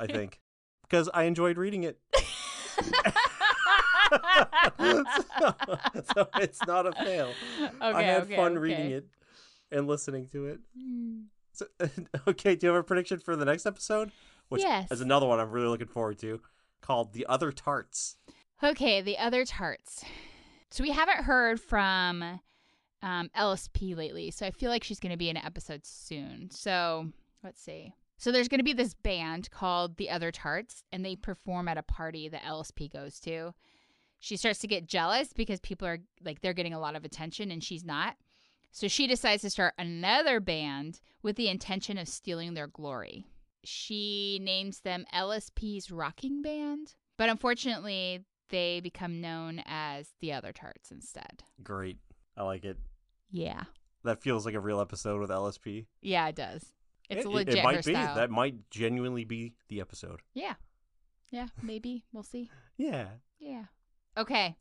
Speaker 4: I think, because I enjoyed reading it. so, so it's not a fail.
Speaker 5: okay,
Speaker 4: I had
Speaker 5: okay,
Speaker 4: fun reading
Speaker 5: okay.
Speaker 4: it and listening to it.
Speaker 5: Mm.
Speaker 4: So, okay, do you have a prediction for the next episode? Which
Speaker 5: Yes.
Speaker 4: is another one I'm really looking forward to called The Other Tarts.
Speaker 5: Okay, the other tarts. So we haven't heard from um, LSP lately, so I feel like she's going to be in an episode soon. So let's see. So there's going to be this band called the Other Tarts, and they perform at a party that LSP goes to. She starts to get jealous because people are like they're getting a lot of attention and she's not. So she decides to start another band with the intention of stealing their glory. She names them LSP's Rocking Band, but unfortunately, they become known as the Other Tarts instead.
Speaker 4: Great. I like it.
Speaker 5: Yeah.
Speaker 4: That feels like a real episode with LSP.
Speaker 5: Yeah, it does. It's
Speaker 4: It- it-
Speaker 5: legit
Speaker 4: It might
Speaker 5: her
Speaker 4: be.
Speaker 5: style.
Speaker 4: That might genuinely be the episode.
Speaker 5: yeah. Yeah, maybe. We'll see.
Speaker 4: Yeah.
Speaker 5: Yeah. Okay.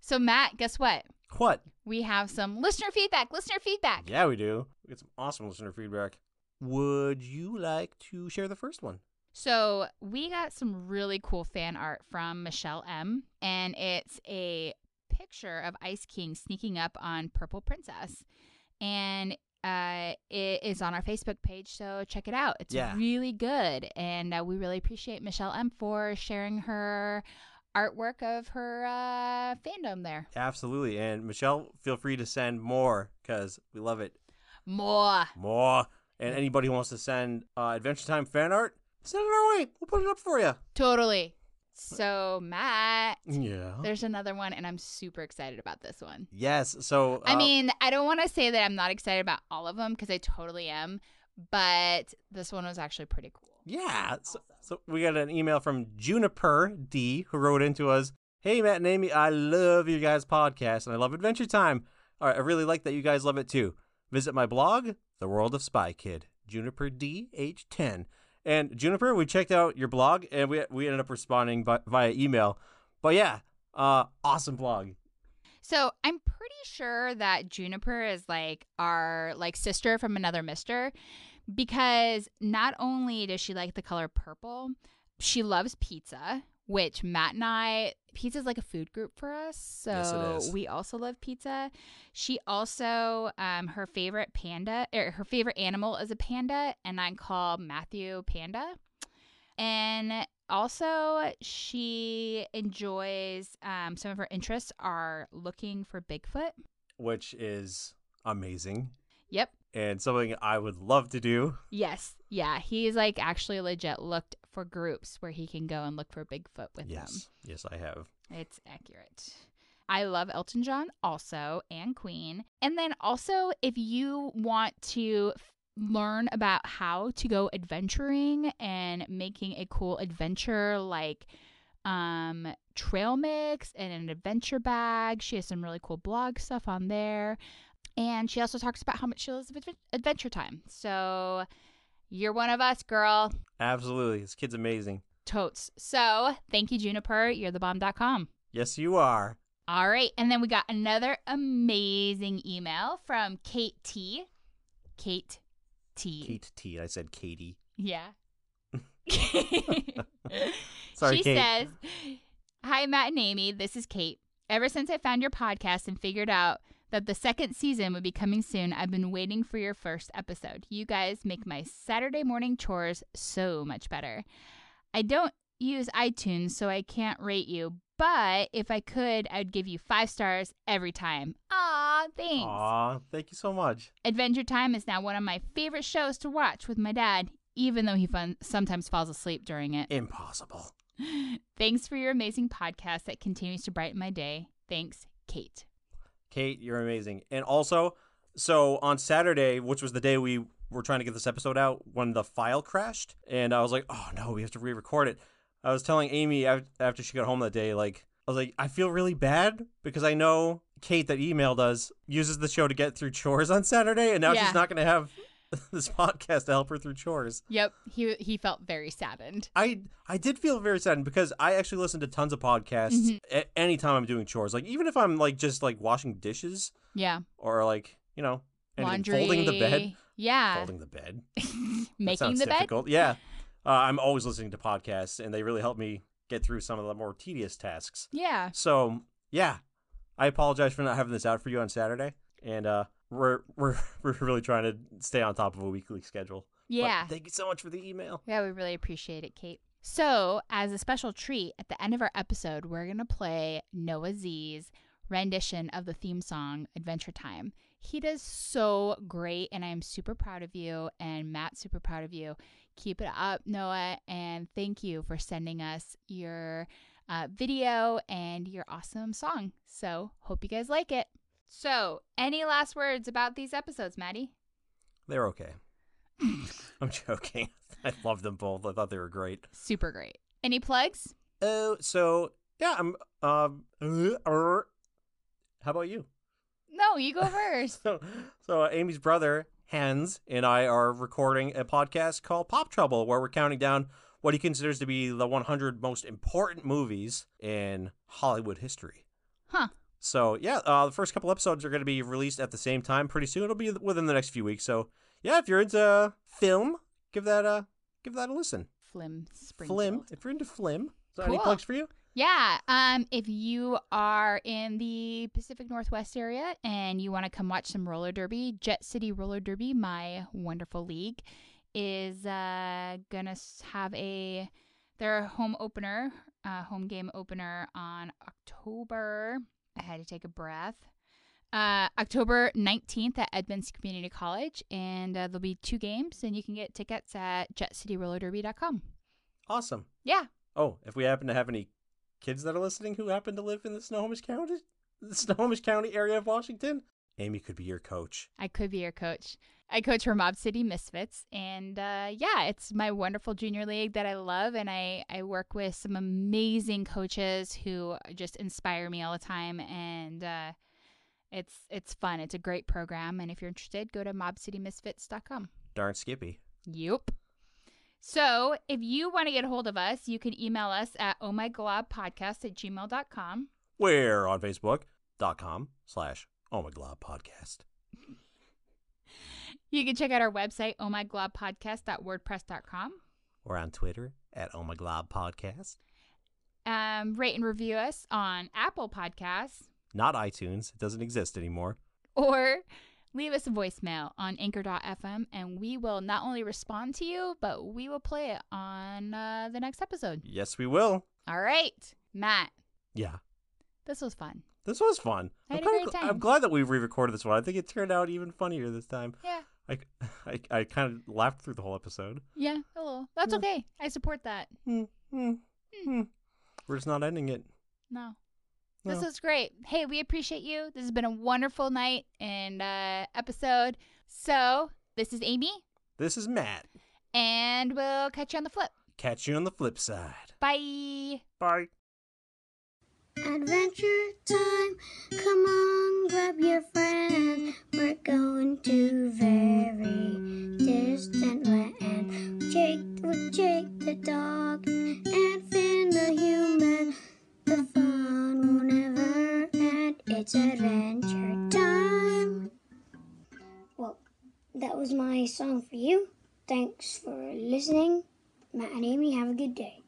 Speaker 5: So, Matt, guess what?
Speaker 4: What?
Speaker 5: We have some listener feedback. Listener feedback.
Speaker 4: Yeah, we do. We get some awesome listener feedback. Would you like to share the first one?
Speaker 5: So we got some really cool fan art from Michelle M, and it's a picture of Ice King sneaking up on Purple Princess, and uh, it is on our Facebook page. So check it out; it's
Speaker 4: Yeah.
Speaker 5: really good, and uh, we really appreciate Michelle M for sharing her artwork of her uh, fandom there.
Speaker 4: Absolutely. And Michelle, feel free to send more because we love it.
Speaker 5: More.
Speaker 4: More. And anybody who wants to send uh, Adventure Time fan art, send it our way. We'll put it up for you.
Speaker 5: Totally. So Matt,
Speaker 4: Yeah.
Speaker 5: there's another one, and I'm super excited about this one.
Speaker 4: Yes. So
Speaker 5: I
Speaker 4: uh,
Speaker 5: mean, I don't want to say that I'm not excited about all of them because I totally am, but this one was actually pretty cool.
Speaker 4: Yeah. So, so we got an email from Juniper D who wrote into us Hey, Matt and Amy, I love your guys' podcast and I love Adventure Time. All right, I really like that you guys love it too. Visit my blog, The World of Spy Kid, Juniper D, age 10. And Juniper, we checked out your blog and we, we ended up responding by, via email. But yeah, uh, awesome blog.
Speaker 5: So I'm pretty sure that Juniper is like our like sister from another Mister, because not only does she like the color purple, she loves pizza. Which Matt and I, pizza is like a food group for us, so
Speaker 4: Yes, it is.
Speaker 5: we also love pizza. She also, um, her favorite panda, or her favorite animal is a panda, and I call Matthew Panda. And also, she enjoys um, some of her interests are looking for Bigfoot.
Speaker 4: which is amazing
Speaker 5: Yep.
Speaker 4: and something I would love to do.
Speaker 5: Yes. Yeah. He's like actually legit looked for groups where he can go and look for Bigfoot with
Speaker 4: yes, yes, I have.
Speaker 5: them. It's accurate. I love Elton John also and Queen. And then also, if you want to f- learn about how to go adventuring and making a cool adventure like um trail mix and an adventure bag. She has some really cool blog stuff on there. And she also talks about how much she loves adven- adventure time. So you're one of us, girl.
Speaker 4: Absolutely, this kid's amazing.
Speaker 5: Totes. So thank you, Juniper. You're the bomb.com.
Speaker 4: Yes, you are.
Speaker 5: All right. And then we got another amazing email from Kate T. Kate T.
Speaker 4: Kate T. I said Katie.
Speaker 5: Yeah.
Speaker 4: Sorry,
Speaker 5: she
Speaker 4: Kate.
Speaker 5: says, Hi, Matt and Amy. This is Kate. Ever since I found your podcast and figured out that the second season would be coming soon, I've been waiting for your first episode. You guys make my Saturday morning chores so much better. I don't use iTunes, so I can't rate you, but if I could, I'd give you five stars every time. Aw, thanks.
Speaker 4: Aw, thank you so much.
Speaker 5: Adventure Time is now one of my favorite shows to watch with my dad, even though he fun- sometimes falls asleep during it.
Speaker 4: Impossible.
Speaker 5: Thanks for your amazing podcast that continues to brighten my day. Thanks, Kate.
Speaker 4: Kate, you're amazing. And also, so on Saturday, which was the day we were trying to get this episode out, when the file crashed, and I was like, oh no, we have to re record it. I was telling Amy af- after she got home that day, like, I was like, I feel really bad because I know Kate that emailed us uses the show to get through chores on Saturday, and now
Speaker 5: Yeah.
Speaker 4: she's not going to have this podcast to help her through chores.
Speaker 5: Yep, he he felt very saddened.
Speaker 4: I I did feel very saddened because I actually listen to tons of podcasts a- anytime I'm doing chores. Like even if I'm like just like washing dishes
Speaker 5: Yeah,
Speaker 4: or like you know anything,
Speaker 5: laundry,
Speaker 4: folding the bed,
Speaker 5: Yeah,
Speaker 4: folding the bed, That
Speaker 5: making
Speaker 4: sounds
Speaker 5: the bed.
Speaker 4: difficult. Yeah, uh, I'm always listening to podcasts, and they really help me get through some of the more tedious tasks.
Speaker 5: Yeah,
Speaker 4: So yeah, I apologize for not having this out for you on Saturday, and uh, we're we're we're really trying to stay on top of a weekly schedule. But
Speaker 5: Yeah.
Speaker 4: thank you so much for the email.
Speaker 5: Yeah, we really appreciate it, Kate. So, as a special treat, at the end of our episode, we're going to play Noah Z's rendition of the theme song Adventure Time. He does so great, and I am super proud of you, and Matt's super proud of you. Keep it up, Noah, and thank you for sending us your uh, video and your awesome song. So, hope you guys like it. So, any last words about these episodes, Maddie?
Speaker 4: They're okay. I'm joking. I love them both. I thought they were great.
Speaker 5: Super great. Any plugs?
Speaker 4: Oh, so yeah, I'm um How about you?
Speaker 5: No, you go first.
Speaker 4: So, so uh, Amy's brother Hans and I are recording a podcast called Pop Trouble, where we're counting down what he considers to be the 100 most important movies in Hollywood history.
Speaker 5: Huh.
Speaker 4: So yeah, uh, the first couple episodes are going to be released at the same time pretty soon. It'll be within the next few weeks. So yeah, if you're into film, give that a give that a listen.
Speaker 5: Flim Springfield.
Speaker 4: Flim, if you're into Flim, so any
Speaker 5: Cool.
Speaker 4: plugs for you?
Speaker 5: Yeah. Um, if you are in the Pacific Northwest area and you want to come watch some roller derby, Jet City Roller Derby, my wonderful league, is uh, gonna s- have a their home opener, uh, home game opener on October. I had to take a breath. Uh, October 19th at Edmonds Community College, and uh, there'll be two games, and you can get tickets at jetcityrollerderby.com.
Speaker 4: Awesome.
Speaker 5: Yeah,
Speaker 4: Oh, if we happen to have any kids that are listening who happen to live in the Snohomish County, the Snohomish County area of Washington, Amy could be your coach.
Speaker 5: I could be your coach. I coach for Mob City Misfits, and uh, yeah, it's my wonderful junior league that I love, and I I work with some amazing coaches who just inspire me all the time, and uh, it's it's fun. It's a great program, and if you're interested, go to mobcitymisfits.com.
Speaker 4: Darn Skippy.
Speaker 5: Yep. So if you want to get a hold of us, you can email us at oh my glob podcast at gmail.com.
Speaker 4: We're on Facebook.com slash Omaglob Podcast.
Speaker 5: You can check out our website, oh my glob podcast.wordpress.com.
Speaker 4: We're on Twitter at Omaglob Podcast.
Speaker 5: um, rate and review us on Apple Podcasts
Speaker 4: Not iTunes. It doesn't exist anymore.
Speaker 5: or leave us a voicemail on anchor.fm and we will not only respond to you, but we will play it on uh, the next episode.
Speaker 4: Yes, we will.
Speaker 5: All right, Matt,
Speaker 4: Yeah.
Speaker 5: this was fun.
Speaker 4: This was fun.
Speaker 5: I had
Speaker 4: I'm
Speaker 5: a
Speaker 4: kinda
Speaker 5: great
Speaker 4: gl-
Speaker 5: time.
Speaker 4: I'm glad that we re-recorded this one. I think it turned out even funnier this time.
Speaker 5: Yeah,
Speaker 4: I, I, I kind of laughed through the whole episode.
Speaker 5: yeah, a little. That's okay. I support that.
Speaker 4: Hmm, hmm, hmm. We're just not ending it.
Speaker 5: No. This
Speaker 4: No.
Speaker 5: was great. Hey, we appreciate you. This has been a wonderful night and uh, episode. So, this is Amy,
Speaker 4: This is Matt.
Speaker 5: and we'll catch you on the flip.
Speaker 4: Catch you on the flip side.
Speaker 5: Bye.
Speaker 4: Bye.
Speaker 1: Adventure time, come on, grab your friend. We're going to very distant land. Jake with Jake the dog and Finn the human. The fun will never end. It's adventure time. Well, that was my song for you. Thanks for listening. Matt and Amy, have a good day.